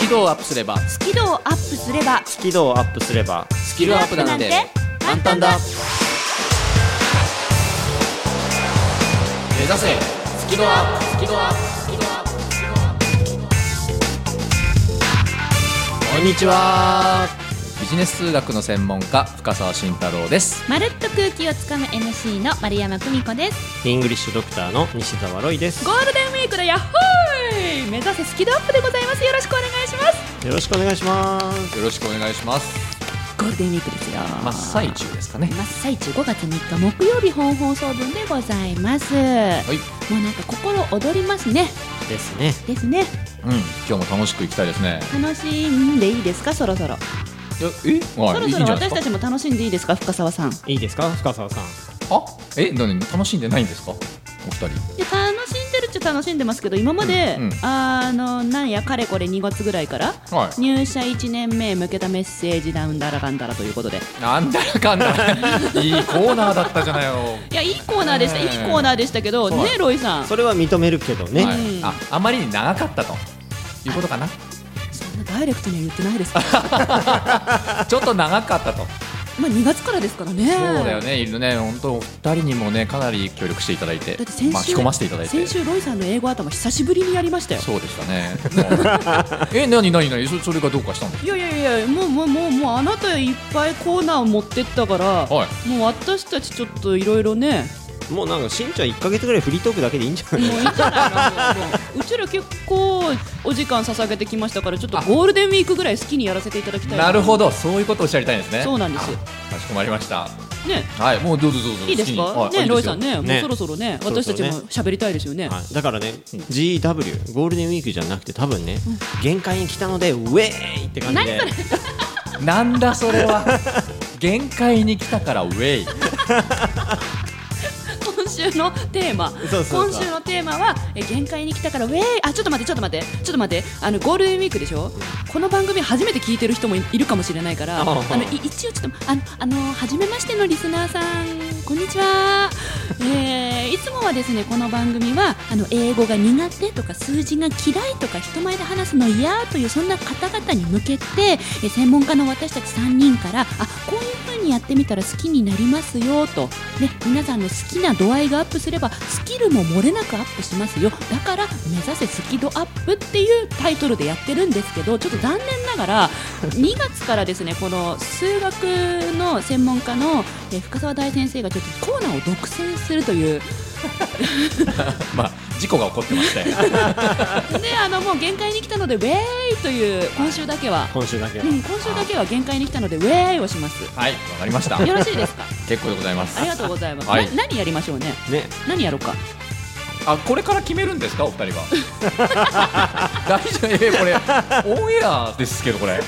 キ度をアップすればスキルをアップすればスキルをアップすればスキルアップなんて簡単だ目指せスキルアップスキルアップスキルアップスキルアップこんにちはビジネス数学の専門家深澤慎太郎ですまるっと空気をつかむ MC の丸山久美子ですイングリッシュドクターの西澤ロイですゴよールデンウィークだやっほーい目指せスキルアップでございますよろしくお願いしますろしくお願いしますよろしくお願いしますゴールデンウィークですよ真っ最中ですかね真っ最中5月3日木曜日本放送分でございますもはい、うなんか心躍りますねですねですねうん、今日も楽しくいきたいですね楽しんでいいですかそろそろえ、え、そはろい、いいんそじゃろないですか私たちも楽しんでいいですか深澤さんいいですか深澤さんあ、え、なに楽しんでないんですかお二人で楽しんでるっちゃ楽しんでますけど今まで、うんうんあのなんやかれこれ2月ぐらいから、はい入社1年目へ向けたメッセージダウンだらかんだらということでなんだか んだいいコーナーだったじゃないよ、いやいいコーナーでした、ねえいいコーナーでしたけどそうねえロイさんそそれは認めるけどね、はいうんああまりに長かったということかなんなダイレクトには言ってないですからちょっと長かったとまあ2月からですからねそうだよねいるね本当お二人にもねかなり協力していただいてだって先週巻き込ませていただいて先週ロイさんの英語頭久しぶりにやりましたよそうでしたね えなになになにそそれがどうかしたのいやいやいやもうもうもうもうあなたいっぱいコーナーを持ってったから、はいもう私たちちょっといろいろねもうなんかしんちゃん1か月ぐらいフリートークだけでいいんじゃないもういいんじゃないのもうもううちら結構お時間捧げてきましたからちょっとゴールデンウィークぐらい好きにやらせていただきたいなるほどどそういうことをおっしゃりたいんですねそうなんですあかしこまりましたねはいもうどうぞどうぞいいですか好きにはいねいいロでイすさよんねもうねそろそろねそろ私そたろちもね喋りたいですよねはい、だからね、GW ゴールデンウィークじゃなくて多分ね、限界に来たのでウェーイって感じで何なんだそれは限界に来たからウェイ今週のテーマそうそうそう今週のテーマはえ限界に来たからウェイあちょっと待ってちょっと待ってちょっと待ってあのゴールデンウィークでしょこの番組初めて聞いてる人もいいるかもしれないからあああのい一応ちょっとあのあの初めましてのリスナーさんこんにちは、えーいつもはですねこの番組はあの英語が苦手とか数字が嫌いとか人前で話すの嫌というそんな方々に向けてえ専門家の私たち3人からあこういう風にやってみたら好きになりますよと、ね、皆さんの好きな度合いがアップすればスキルも漏れなくアップしますよだから目指せスキルアップっていうタイトルでやってるんですけどちょっと残念ながら2月からですねこの数学の専門家のえー深澤大先生がちょっとコーナーを独占するというまあ事故が起こってましてであのもう限界に来たのでウェーイという今週だけは、今週だけうは、ん、今週だけは限界に来たのでウェーイをしますよはいわかりましたろしいですか結構でございますありがとうございます、はいな何やりましょうねね何やろうかあこれから決めるんですかお二人は 大丈夫えこれオンエアですけどこれ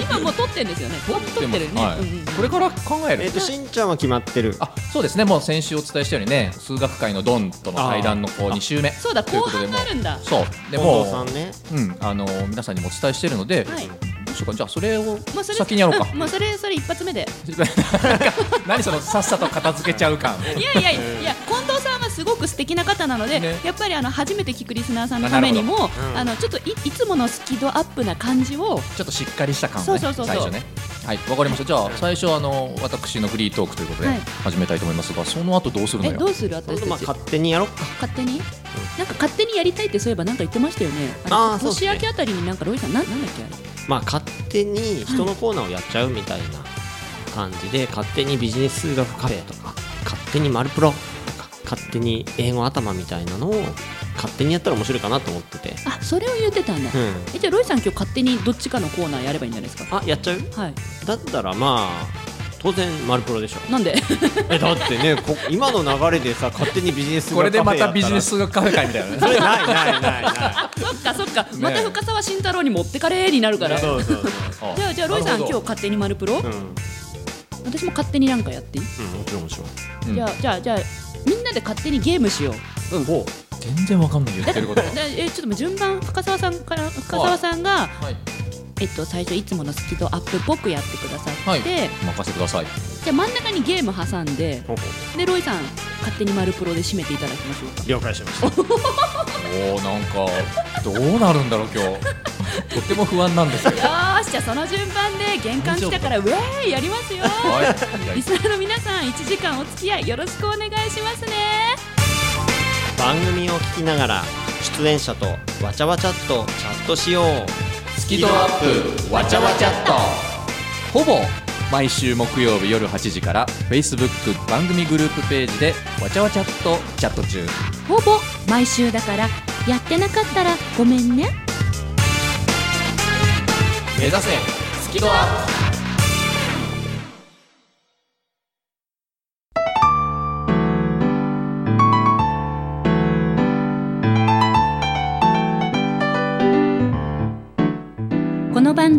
今もう撮ってるんですよね撮ってるよね、はいうんうんこれから考ええっ、る としんちゃんは決まってるあそうですねもう先週お伝えしたようにね数学界のドンとの対談のこうあー2週目そうだという後ことで半もがあるんだうそうで近も藤さんねうんあのー皆さんにもお伝えしているので、はいどうしようかじゃあそれをもうそれ先にやろうか、 んもうそれそれ一発目でなんか何そのさっさと片付けちゃう感いやいやいや近藤さんはすごく素敵な方なので、ねやっぱりあの初めて聞くリスナーさんのためにもどうんあのちょっといいつものスキドアップな感じをちょっとしっかりした感そをうねそうそうそう最初ねはいわかりましたじゃあ最初あの私のフリートークということではい始めたいと思いますがその後どうするのえよどうするそれ私とたまあち勝手にやろっか勝手に、なんか勝手にやりたいってそういえばなんか言ってましたよねのあーそうっす年ね明けあたりになんかロイさんなんなんだっけあれまあ勝手に人のコーナーをやっちゃうみたいな感じで勝手にビジネス数学カフェとか勝手にマルプロとか勝手に英語頭みたいなのを勝手にやったら面白いかなと思っててあそれを言ってたんだ、うんえじゃあロイさん今日勝手にどっちかのコーナーやればいいんじゃないですかあやっちゃうはいだったらまあ当然マルプロでしょなんで えだってねこ今の流れでさ勝手にビジネス数これ学でカフまェやったらビジネスがカフェ会みたいなそねれないないな いなそっかそっか、えまた深澤慎太郎に持ってかれーになるからいじそうそうそうゃあじゃあロイさん今日日勝手に丸プロ、うん、うん、私も勝手になんかやっていい、もちろんもちろんじゃあじゃあじゃあみんなで勝手にゲームしようほ全然わかんない言ってることがだえちょっと順番深澤さんから深澤さんが、はいえっと、最初いつものスキドアップっぽくやってくださって、はいじ任せてくださいゃあ真ん中にゲーム挟んでうほうでロイさん勝手に丸プロで締めていただきましょうか了解しましたおおなんかどうなるんだろう今日とっても不安なんですけどよーしじゃあその順番で玄関来たからウェーイやりますよはい リスナーの皆さん1時間お付き合いよろしくお願いしますね番組を聞きながら出演者とわちゃわちゃっとチャットしようスキドアップわちゃわちゃっとほぼ毎週木曜日夜8時から Facebook 番組グループページでわちゃわちゃっとチャット中ほぼ毎週だからやってなかったらごめんね目指せスキドアップこの番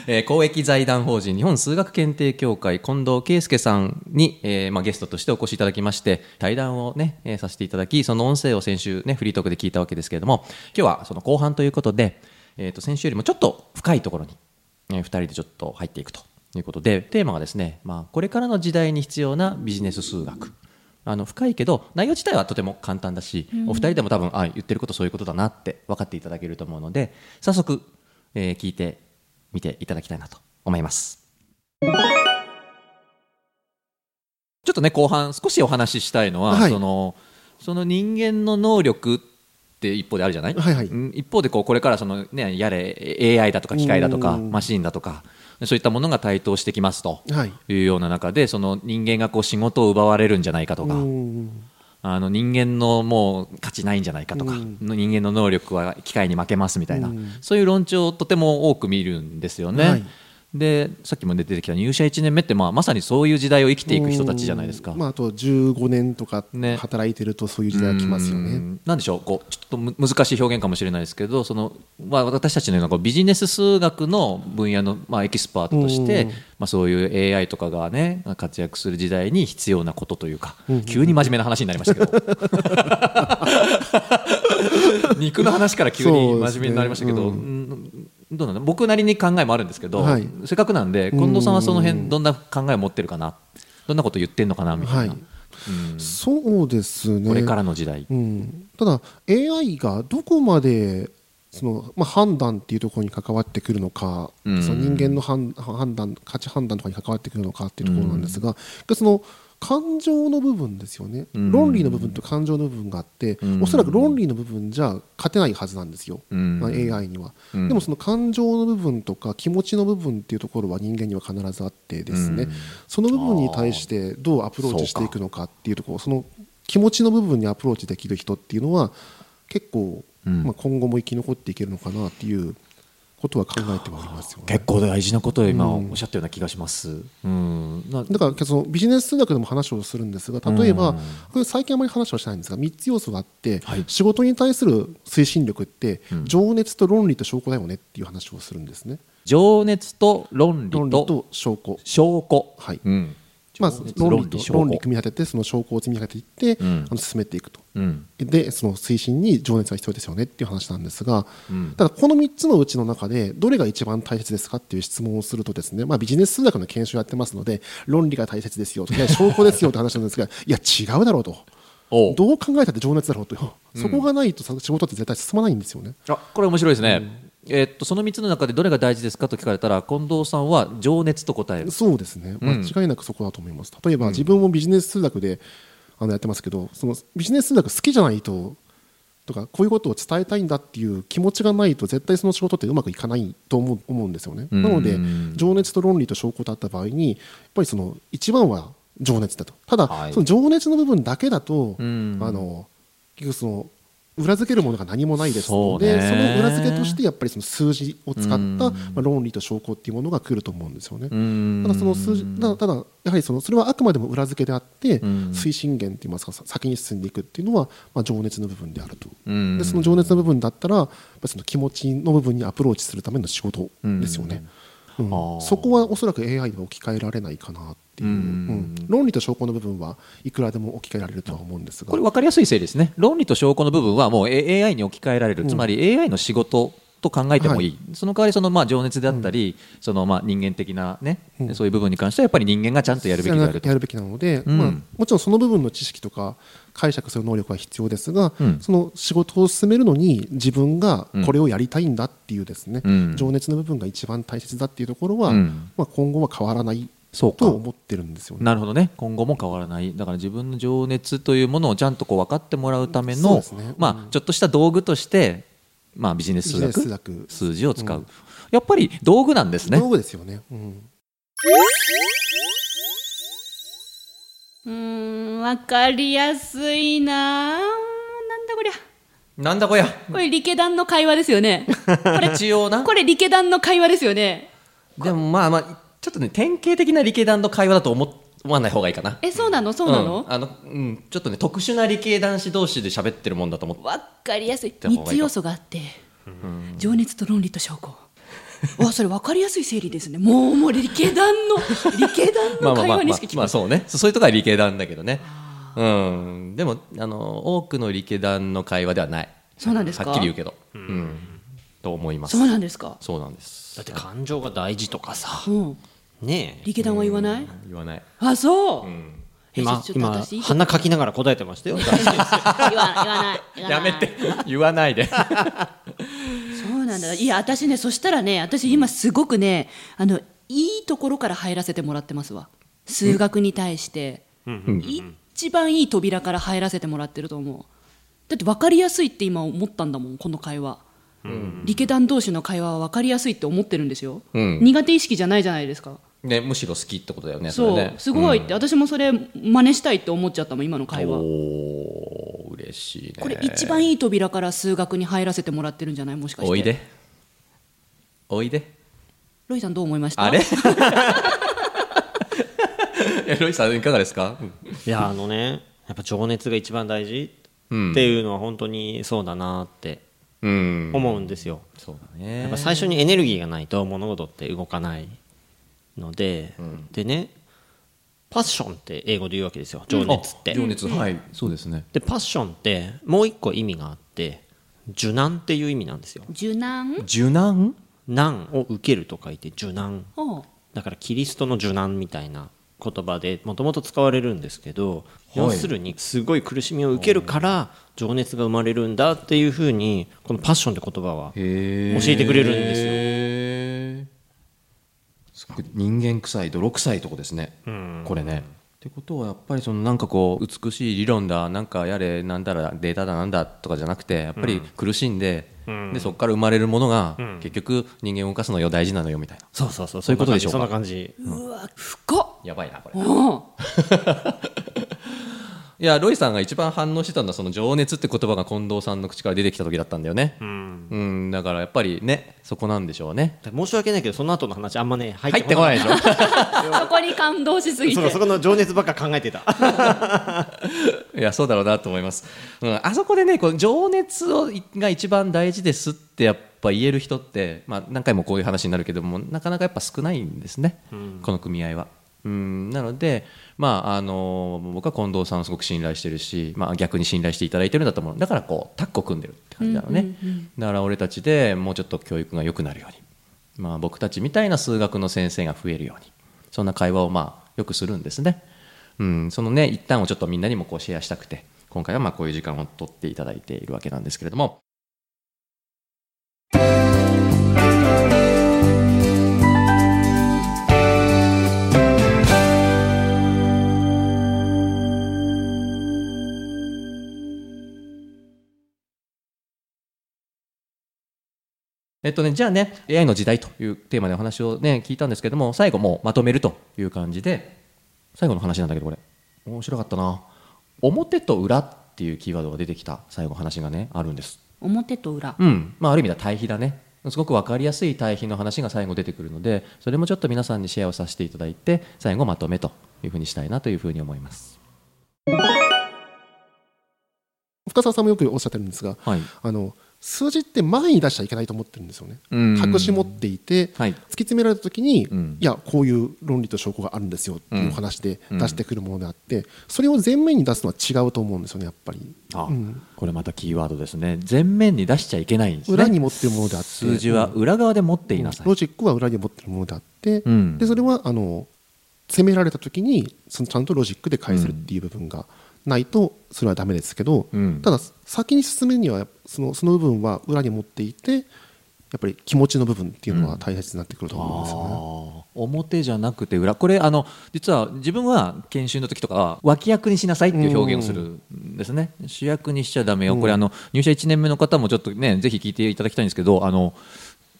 えー公益財団法人日本数学検定協会近藤圭介さんに、えーまあ、ゲストとしてお越しいただきまして対談を、ねえーさせていただきその音声を先週、ね、フリートークで聞いたわけですけれども今日はその後半ということで、えー、と先週よりもちょっと深いところに、え2人でちょっと入っていくということでテーマがですね、まあ、これからの時代に必要なビジネス数学。あの深いけど内容自体はとても簡単だし、お二人でも多分あ言ってることそういうことだなって分かっていただけると思うので早速、えー聞いて見ていただきたいなと思いますちょっとね後半少しお話ししたいのは、はいそのその人間の能力って一方であるじゃない、はいはいうん一方でこうこれからその、ね、やれ AI だとか機械だとかうんマシンだとかそういったものが台頭してきますとはいいうような中でその人間がこう仕事を奪われるんじゃないかとか、うんあの人間のもう価値ないんじゃないかとか、うんの人間の能力は機械に負けますみたいな、うんそういう論調をとても多く見るんですよね。はいでさっきも出てきた入社1年目って、まあ、まさにそういう時代を生きていく人たちじゃないですか。うんまあ、あと15年とかね働いてるとそういう時代が来ますようね。んなんでしょうこうちょっとむ難しい表現かもしれないですけどその、まあ、私たちのようなこうビジネス数学の分野の、まあ、エキスパートとして、うんまあ、そういう AI とかがね活躍する時代に必要なことというか、うん急に真面目な話になりましたけど 肉の話から急に真面目になりましたけど、そうですねうんどうなの僕なりに考えもあるんですけど、はいせっかくなんで近藤さんはそのう辺んどんな考えを持ってるかなどんなこと言ってんのかなみたいな、はいうんそうですねこれからの時代。うん、ただ AI がどこまでその、まあ、判断っていうところに関わってくるのか、うんその人間の判判断価値判断とかに関わってくるのかっていうところなんですが、その感情の部分ですよね、うん論理の部分と感情の部分があって、うんおそらく論理の部分じゃ勝てないはずなんですよ、うんまあ AI には、うんでもその感情の部分とか気持ちの部分っていうところは人間には必ずあってですね、うんその部分に対してどうアプローチしていくのかっていうところその気持ちの部分にアプローチできる人っていうのは結構、うんまあ、今後も生き残っていけるのかなっていうことは考えてはいますよね。結構大事なことを今うおんっしゃったような気がします。うん、なだからそのビジネス数学でも話をするんですが例えば、うんこれ最近あまり話はしないんですが3つ要素があって、はい仕事に対する推進力って、うん情熱と論理と証拠だよねっていう話をするんですね。情熱と論理論理とと証拠証拠。はいうん、まあ証拠、論理と論理証拠論理組み立ててその証拠を積み上げていって、うんあの進めていくとうんでその推進に情熱は必要ですよねっていう話なんですが、うんただこの3つのうちの中でどれが一番大切ですかっていう質問をするとですね、まあ、ビジネス数学の研修やってますので論理が大切ですよいや証拠ですよって話なんですが いや違うだろうとおうどう考えたって情熱だろうとそこがないとさ仕事って絶対進まないんですよね。あこれ面白いですね、えーっとその3つの中でどれが大事ですかと聞かれたら近藤さんは情熱と答えるそうですねうん間違いなくそこだと思います、例えば自分もビジネス数学であのやってますけどそのビジネス数学好きじゃないととかこういうことを伝えたいんだっていう気持ちがないと絶対その仕事ってうまくいかないと思う思うんですよね、うんなので情熱と論理と証拠だった場合にやっぱりその一番は情熱だとただ、はいその情熱の部分だけだと、うんあの結局その裏付けるものが何もないですのそうでねその裏付けとしてやっぱりその数字を使った、うんまあ、論理と証拠っていうものが来ると思うんですよね。うんただその数字ただただやはりそのそれはあくまでも裏付けであって、ん推進源といいますかさ先に進んでいくっていうのは、まあ、情熱の部分であると、うんでその情熱の部分だったらやっぱりその気持ちの部分にアプローチするための仕事ですよね、うんあーそこはおそらく AI では置き換えられないかなっていう、うんうん論理と証拠の部分はいくらでも置き換えられるとは思うんですがこれ分かりやすい整理ですね論理と証拠の部分はもう A- AI に置き換えられる、うんつまり AI の仕事と考えてもいい、はその代わりそのまあ情熱であったり、そのまあ人間的な、ねうんそういう部分に関してはやっぱり人間がちゃんとやるべきであるとやるべきなので、うんまあ、もちろんその部分の知識とか解釈する能力は必要ですが、うんその仕事を進めるのに自分がこれをやりたいんだっていうですね、うん情熱の部分が一番大切だっていうところは、うんまあ、今後は変わらないそうかと思ってるんですよね。なるほどね今後も変わらないだから自分の情熱というものをちゃんとこう分かってもらうためそうの、ですねうんまあ、ちょっとした道具として、まあ、ビジネス数ビジネス数学学数字を使う、うんやっぱり道具なんですね道具ですよね、うん うーん、わかりやすいなあなんだこりゃ。なん だこやこれ理系団の会話です よね。これ、一応なこれ理系団の会話ですよね。でもまあまあちょっとね典型的な理系団の会話だと思わない方がいいかなえ、そうなのそうなのんあのうん、ちょっとね特殊な理系男子同士で喋ってるもんだと思ってわ、かりやすい。た方がいい3かつ要素があって、情熱と論理と証拠。わ、それわかりやすい整理ですね。もう、もう理系団の、理系団まあまあの会まあま話あにしか聞こえまなあい。そうねそそういうところは理系団だけどねうんでもあの多くの理系団の会話ではないそうなんですかはっきり言うけどうん、と思いますそうなんですか。そうなんですだって感情が大事とかさうん。ねえ理系団は言わない言わないあ、そう。え今ちょっと今私いいとこ鼻かきながら答えてまし たよ言わ言わない言わなやいめて 言わないでそうなんだいや私ねそしたらね私今すごくねあのいいところから入らせてもらってますわ数学に対して一番いい扉から入らせてもらってると思うだって分かりやすいって今思ったんだもんこの会話、理系団同士の会話は分かりやすいって思ってるんですよ、うん苦手意識じゃないじゃないですかねむしろ好きってことだよねそうそれねすごいって、私もそれ真似したいって思っちゃったもん今の会話おー嬉しいねこれ一番いい扉から数学に入らせてもらってるんじゃないもしかしておいでおいでロイさんどう思いましたあれ いやロイさんいかがですかいやあのねやっぱ情熱が一番大事うんっていうのは本当にそうだなってうん思うんですよ、そうだやねっぱ最初にエネルギーがないと物事って動かないので、でねパッションって英語で言うわけですよ情熱って、あ情熱はいそうですねでパッションってもう一個意味があって受難っていう意味なんですよ柔軟受難難を受けると書いて受難ほうだからキリストの受難みたいな言葉でもともと使われるんですけど、要するにすごい苦しみを受けるから情熱が生まれるんだっていうふうにこのパッションって言葉は教教えてくれるんですよ。よすごく人間臭い泥臭いとこですねこれねってことはやっぱりそのなんかこう美しい理論だなんかやれなんだらデータだなんだとかじゃなくてやっぱり苦しんで、でそこから生まれるものが、結局人間を動かすのよ大事なのよみたいなそうそうそうそういうことでしょうかそんな感じ。そんな感じうわ深っやばいなこれうんいやロイさんが一番反応してたのはその情熱って言葉が近藤さんの口から出てきた時だったんだよねうんうんだからやっぱりねそこなんでしょうねだから申し訳ないけどその後の話あんまね入入ってこないでしょそこに感動しすぎて そうそこの情熱ばっか考え てたあいやそうだろうなと思います、うん、あそこでねこの情熱をいが一番大事ですってやっぱ言える人って、まあ、何回もこういう話になるけどもなかなかやっぱ少ないんですね、この組合は。うん、なので、まああの僕は近藤さんをすごく信頼してるし、まあ、逆に信頼していただいてるんだと思うだからこうタッグを組んでるって感じだろうね、うんうんうんだから俺たちでもうちょっと教育が良くなるように、まあ、僕たちみたいな数学の先生が増えるようにそんな会話をまあよくするんですね、うん、そのね一旦をちょっとみんなにもこうシェアしたくて今回はまあこういう時間を取っていただいているわけなんですけれどもえっとね、じゃあね AI の時代というテーマでお話を、ね、聞いたんですけども最後もうまとめるという感じで最後の話なんだけどこれ面白かったな表と裏っていうキーワードが出てきた最後話がねあるんです表と裏、うんまあ、ある意味では対比だねすごく分かりやすい対比の話が最後出てくるのでそれもちょっと皆さんにシェアをさせていただいて最後まとめというふうにしたいなというふうに思います深澤さんもよくおっしゃってるんですがはいあの数字って前に出しちゃいけないと思ってるんですよねうん隠し持っていて、はい突き詰められた時に、うんいやこういう論理と証拠があるんですよっていうお話でうん出してくるものであって、それを前面に出すのは違うと思うんですよねやっぱり、あ、うんこれまたキーワードですね前面に出しちゃいけないんですね裏に持ってるものであって数字は裏側で持っていなさい、ロジックは裏に持ってるものであって、うんでそれはあの責められた時にそのちゃんとロジックで返せるっていう部分がないとそれはダメですけど、うんただ先に進めるにはそのその部分は裏に持っていてやっぱり気持ちの部分っていうのは大切になってくると思うんですよね。あー表じゃなくて裏これあの実は自分は研修の時とかは脇役にしなさいっていう表現をするんですね、主役にしちゃだめよ、これあの入社1年目の方もちょっとねぜひ聞いていただきたいんですけどあの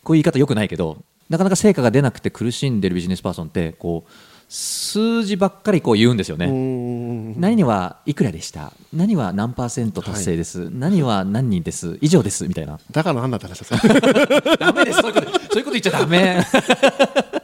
こういう言い方よくないけどなかなか成果が出なくて苦しんでるビジネスパーソンってこう数字ばっかりこう言うんですよね、うん何にはいくらでした何は何パーセント達成です、何は何人です以上ですみたいなだからなんだって話です よねダメですそういうことそういうこと言っちゃダメ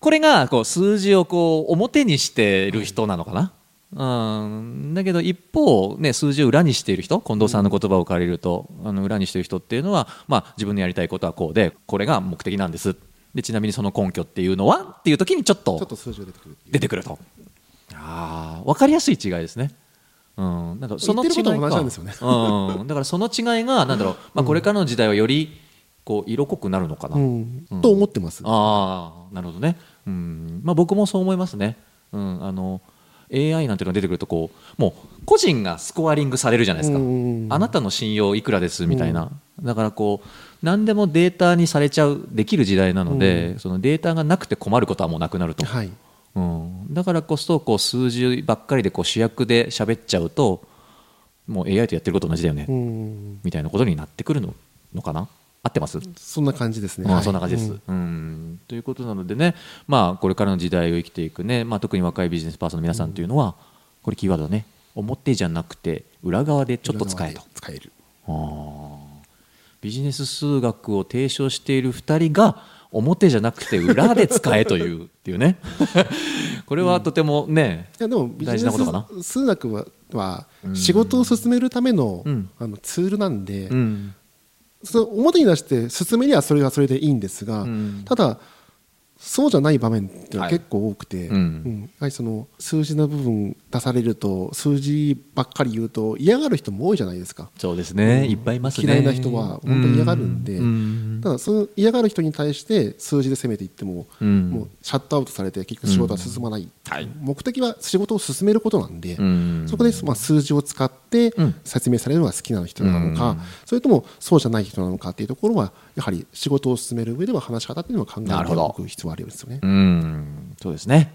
これがこう数字をこう表にしてる人なのかな、うん、だけど一方、ね、数字を裏にしている人近藤さんの言葉を借りると、あの裏にしている人っていうのは、まあ、自分のやりたいことはこうでこれが目的なんですでちなみにその根拠っていうのはっていう時にちょっちょっとと数字が出てくるっていう出てくるとあ分かりやすい違いですね。うん、なんかその違い言ってることは同じかなんですよねうん、だからその違いがなんだろう、まあ、これからの時代はよりこう色濃くなるのかな、うんうんと思ってます。ああなるほどね、うんまあ、僕もそう思いますね、うん、あの AI なんていうのが出てくるとこうもう個人がスコアリングされるじゃないですか、うんあなたの信用いくらですみたいな、だからこう何でもデータにされちゃうできる時代なので、そのデータがなくて困ることはもうなくなると、はい、うん、だからこそこう数字ばっかりでこう主役で喋っちゃうともう AI とやってること同じだよね、うんみたいなことになってくるののかな合ってます、そんな感じですね。あはあいそんな感じです、ううんんということなのでね、まあ、これからの時代を生きていくね、まあ、特に若いビジネスパーソンの皆さんというのは、これキーワードね表じゃなくて裏側でちょっと使えと。使える。ああビジネス数学を提唱している2人が表じゃなくて裏で使えというっていうね これはとてもね、いやでもビジネ大事なことかなス数学はは仕事を進めるための,、うんあのツールなんで、うんその表に出して進めりゃそれはそれでいいんですが、うんただそうじゃない場面っていうのははい結構多くて、うんうんやはりその数字の部分出されると数字ばっかり言うと嫌がる人も多いじゃないですかそうですね、いっぱいいますね嫌いな人は本当に嫌がるんでううんただその嫌がる人に対して数字で攻めていっても,、うんもうシャットアウトされて結局仕事は進まない、はい目的は仕事を進めることなんで、うんそこで、まあ、数字を使ってうん説明されるのが好きな人なのか、うんそれともそうじゃない人なのかっていうところはやはり仕事を進める上では話し方っていうのは考なえるてほどおく必要はあるようですよねう。ん、そうですね。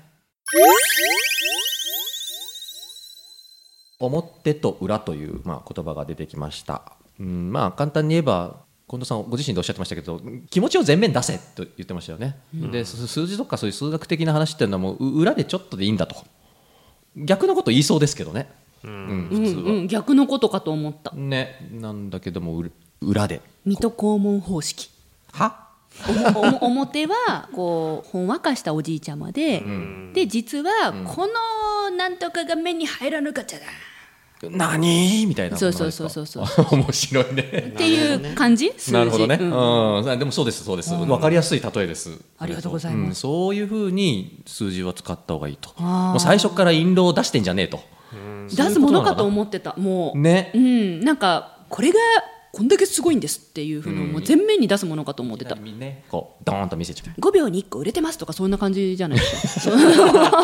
表と裏という、まあ、言葉が出てきました。うん、まあ、簡単に言えば。近藤さんご自身でおっしゃってましたけど気持ちを前面に出せと言ってましたよね、で数数字とかそういう数学的な話っていうのはもうう裏でちょっとでいいんだと逆のこと言いそうですけどね、うんうん普通は、うん、逆のことかと思ったねなんだけどもう裏で水戸黄門方式はおも表はこうほんわかしたおじいちゃまで、で実はこのなんとかが目に入らぬかちゃだ何みたいなものですかそうそうそう 面白いねっていう感じ数字なるほどね、うんうんでもそうですそうです、わかりやすい例えですありがとうございますんそういうふうに数字は使った方がいいとあーもう最初から印籠を出してんじゃねえと出すものかと思ってたもう、ねうんなんかこれがこんだけすごいんですっていうふうのをもう全面に出すものかと思ってた、ねこうドーンと見せちゃう5秒に1個売れてますとかそんな感じじゃないですか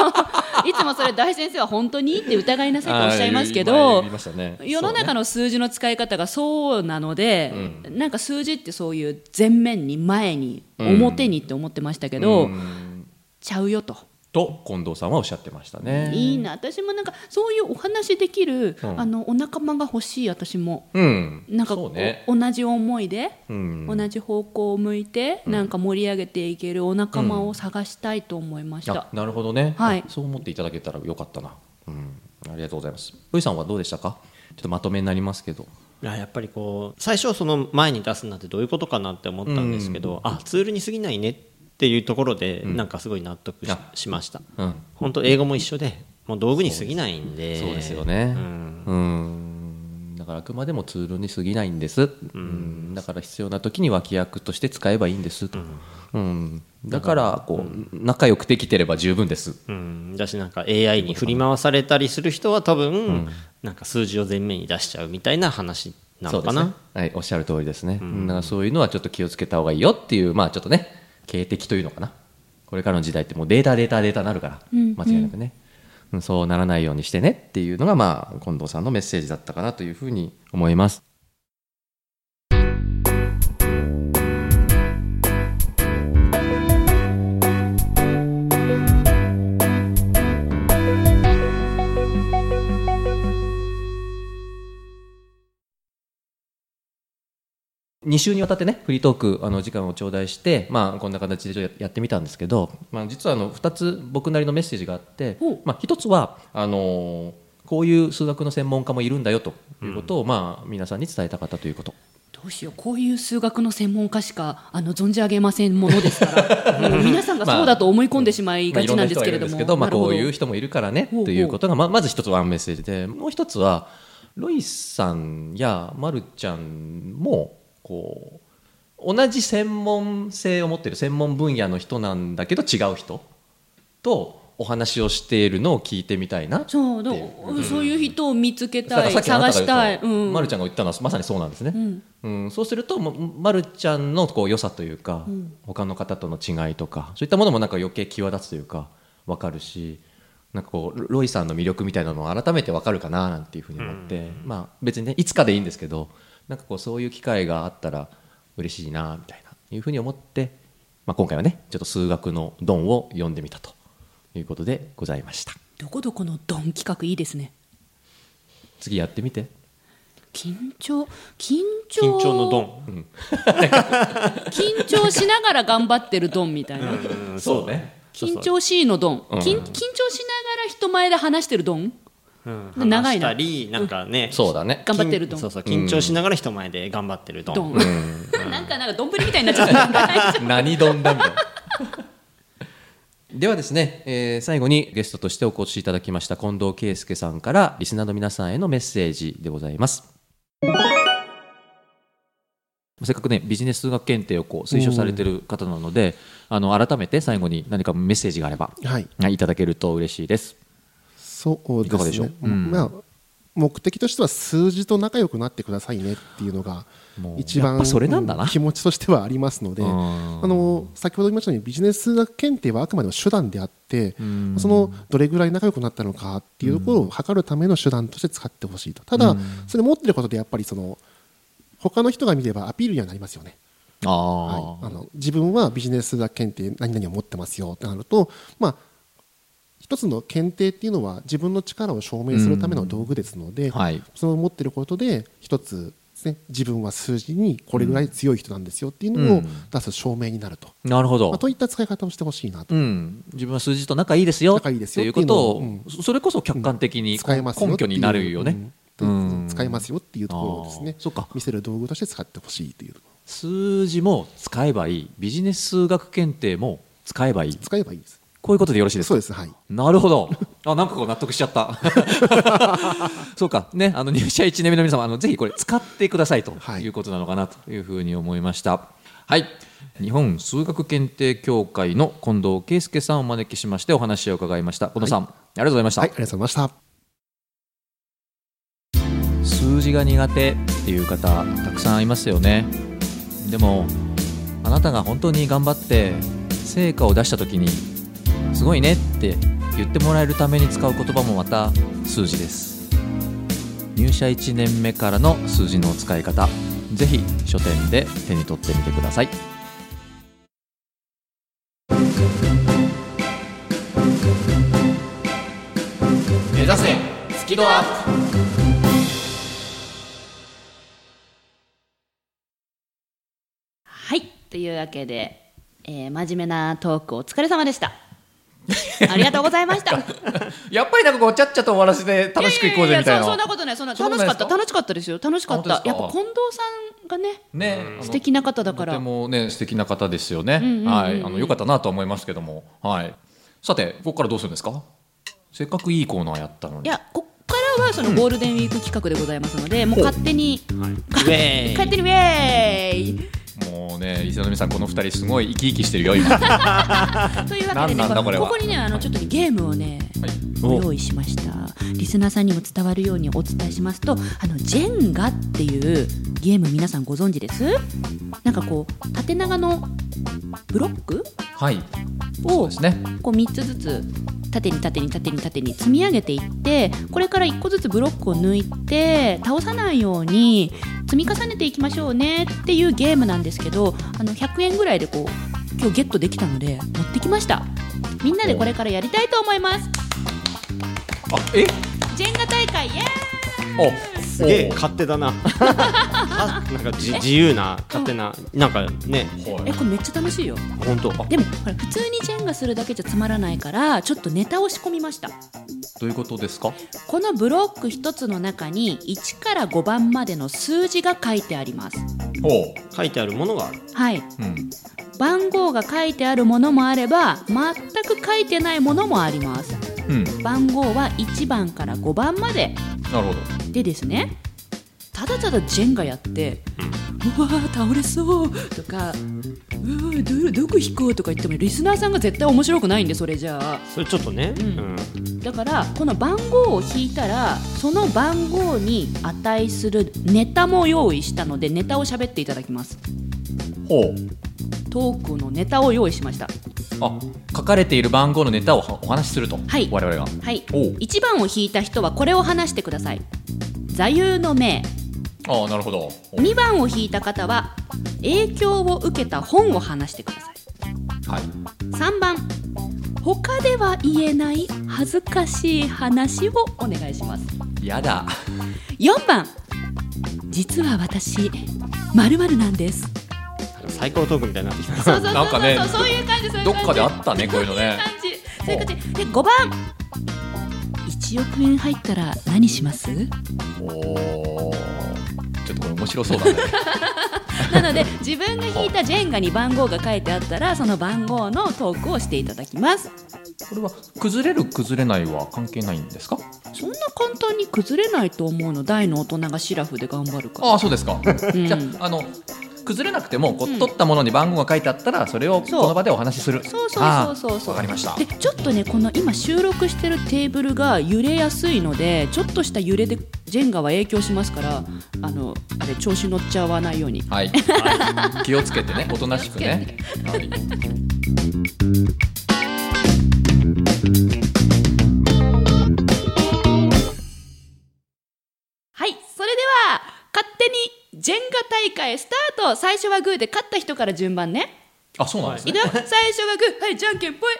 いつもそれ大先生は本当にって疑いなさいとおっしゃいますけあーど言いましたね世の中の数字の使い方がそうなので、なんか数字ってそういう前面に前に表にって思ってましたけど、ちゃうよと。と近藤さんはおっしゃってましたねいいな私もなんかそういうお話できる、うんあのお仲間が欲しい私もうんなんかそこううね同じ思いで、うん同じ方向を向いて、なんか盛り上げていけるお仲間を探したいと思いました、あなるほどね、はいあそう思っていただけたらよかったな、うん、ありがとうございますウイさんはどうでしたかちょっとまとめになりますけどいややっぱりこう最初その前に出すなんてどういうことかなって思ったんですけど、あツールに過ぎないねっていうところで、なんかすごい納得しあしましたうん本当英語も一緒でもう道具に過ぎないんでそうですよねううんんだからあくまでもツールに過ぎないんです、うんだから必要な時に脇役として使えばいいんですと、うんだからこう仲良くできてれば十分ですうん、だしなんか AI に振り回されたりする人は多分、なんか数字を前面に出しちゃうみたいな話なのそかうな、ですねはい、おっしゃる通りですね、だからそういうのはちょっと気をつけた方がいいよっていうまあちょっとね警笛というのかなこれからの時代ってもうデータデータデータになるから、うん間違いなくね、うんそうならないようにしてねっていうのがまあ近藤さんのメッセージだったかなというふうに思います2週にわたってねフリートークあの時間を頂戴して、まあ、こんな形でちょっとやってみたんですけど、まあ、実はあの2つ僕なりのメッセージがあってほう、まあ、1つはあのーこういう数学の専門家もいるんだよということを、まあ、皆さんに伝えたかったということ。どうしようこういう数学の専門家しかあの存じ上げませんもので すから、うん皆さんがそうだと思い込んでしまいまあがいろちんななんで人すがいけるれんどですも、けど、まあ、なるほこどういう人もいるからねほうほうということがままず一つワンメッセージでもう一つはロイさんやまるちゃんもこう同じ専門性を持ってる専門分野の人なんだけど違う人とお話をしているのを聞いてみたいなそうどうってうんそういう人を見つけだかたらいさっきあな探たがした言、いうとうんまるちゃんが言ったのはまさにそうなんですね、うんうん、そうすると、ま、まるちゃんのこう良さというか、他の方との違いとかそういったものもなんか余計際立つというか分かるしなんかこうロロイさんの魅力みたいなのも改めて分かるかななんていうふうに思って、まあ、別にねいつかでいいんですけどなんかこうそういう機会があったら嬉しいなみたいないうふうに思って、まあ、今回はねちょっと数学のドンを読んでみたということでございましたどこどこのドン企画いいですね次やってみて緊張緊張緊張のドン、緊張しながら頑張ってるドンみたいなうんそうね緊張しいのドン、ん緊緊張しながら人前で話してるドンうん長いな話したりなんかね、そうだね頑張ってるドンそうそう緊張しながら人前で頑張ってるドンドン、 なんかなんか丼みたいになっち ゃった何丼だみたいなではですね、えー最後にゲストとしてお越しいただきました近藤圭介さんからリスナーの皆さんへのメッセージでございますせっかくねビジネス数学検定をこう推奨されてる方なのであの改めて最後に何かメッセージがあれば、はいはい、いただけると嬉しいですそういでかがですしょねう、うんまあ、目的としては数字と仲良くなってくださいねっていうのがもう一や番っぱそれなんだなうん気持ちとしてはありますのでうんあの先ほど言いましたようにビジネス数学検定はあくまでも手段であってんそのどれぐらい仲良くなったのかっていうところを測るための手段として使ってほしいとただそれ持ってることでやっぱりその他の人が見ればアピールにはなりますよね。ああ、はい、あの自分はビジネス数学検定何々を持ってますよってなると、まあ、一つの検定っていうのは自分の力を証明するための道具ですので、はいその持ってることで一つです、ね、自分は数字にこれぐらい強い人なんですよっていうのうをん出す証明になると、なるほど、まあ、といった使い方をしてほしいなと、うん、自分は数字と仲いいですよ仲いいですよっていうことを、っていうのをうんそそれこそ客観的に使えますよ根って拠いうになるよね、うんうん使えますよっていうところをですねあーそうか見せる道具として使ってほしいという数字も使えばいいビジネス数学検定も使えばいい使えばいいですこういうことでよろしいですそうかですはいなるほどあなんかこう納得しちゃった そうかねあの入社1年目の皆様あのぜひこれ使ってくださいとはいいうことなのかなというふうに思いましたはい日本数学検定協会の近藤圭介さんをお招きしましてお話を伺いました近藤さん、ありがとうございました、はい、ありがとうございました。数字が苦手っていう方たくさんいますよねでもあなたが本当に頑張って成果を出した時に「すごいね」って言ってもらえるために使う言葉もまた数字です入社1年目からの数字の使い方ぜひ書店で手に取ってみてください目指せスキドアップはいというわけで、えー真面目なトークお疲れ様でした ありがとうございましたやっぱりなんかこうちゃっちゃと終わらせて楽しくいこうぜみたいやややそそんなな。ことないそんなそんな楽ことしなかいったですか楽しかったですよ楽しかっあたや本当でっぱすか近藤さんがねね、あの素敵な方だかとてらもね素敵な方ですよね。んうんうんはい、あの良かったなとは思いますけども、はい。さてここからどうするんですか。せっかくいいコーナーやったのいに。やこっからはそのゴールデンウィーク企画でございますので、もう勝手にはい、ウェ勝ーイ手にウェーイもうね、伊勢の皆さんこの二人すごい生き生きしてるよ 今。というわけでねなんなんだこれはここにねあのちょっとねゲームをね、ご用意しましたリスナーさんにも伝わるようにお伝えしますとあのジェンガっていうゲーム皆さんご存知ですなんかこう縦長のブロックはい。そうをですね。こう3つずつ縦に縦に縦に縦に積み上げていってこれから1個ずつブロックを抜いて倒さないように積み重ねていきましょうねっていうゲームなんですけどあの100円ぐらいでこう今日ゲットできたので持ってきましたみんなでこれからやりたいと思いますあ、え、ジェンガ大会イエーイお、すげえ勝手だ なあなんかじ自由な勝手ななんかねえこれめっちゃ楽しいよ本当でもほら普通にジェンガするだけじゃつまらないからちょっとネタを仕込みましたどういうことですか。このブロック1つの中に1から5番までの数字が書いてありますほ書いてあるものがあるはい、う。うん。番号が書いてあるものもあれば全く書いてないものもありますうん。番号は1番から5番までなるほど。でですねただただジェンガやってうわー倒れそうとかうーどどこ引こうとか言ってもリスナーさんが絶対面白くないんでそれじゃあそれちょっとね、ううんんだからこの番号を引いたらその番号に値するネタも用意したのでネタを喋っていただきますほう。トークのネタを用意しましたあ、書かれている番号のネタをはお話しすると。はい我々が。はいおう1番を引いた人はこれを話してください座右の銘あー、なるほど。お2番を引いた方は影響を受けた本を話してくださいはい。 3番他では言えない恥ずかしい話をお願いしますやだ。 4番実は私まるなんです最高トークみたいになってきたそうそうそうそうなんかねそういう感じそういう感じどっかであったねこういうのねそういう感じそういう感じで5番1億円入ったら何しますおお。ちょっとこれ面白そうだね。なので自分が引いたジェンガに番号が書いてあったらその番号のトークをしていただきますこれは崩れる崩れないは関係ないんですかそんな簡単に崩れないと思うの大の大人がシラフで頑張るからああそうですかうんじゃああの崩れなくてもこう、うん取ったものに番号が書いてあったらそれをこそうの場でお話しするそうそうそうそうそあーわうかりましたでちょっとねこの今収録してるテーブルが揺れやすいのでちょっとした揺れでジェンガは影響しますからあのあれ調子乗っちゃわないようにはい、気をつけてねおとなしくねはいはいそれでは勝手にジェンガ大会スタート最初はグーで勝った人から順番ねあそうなんですいね、 くよ最初はグーはいじゃんけんぽい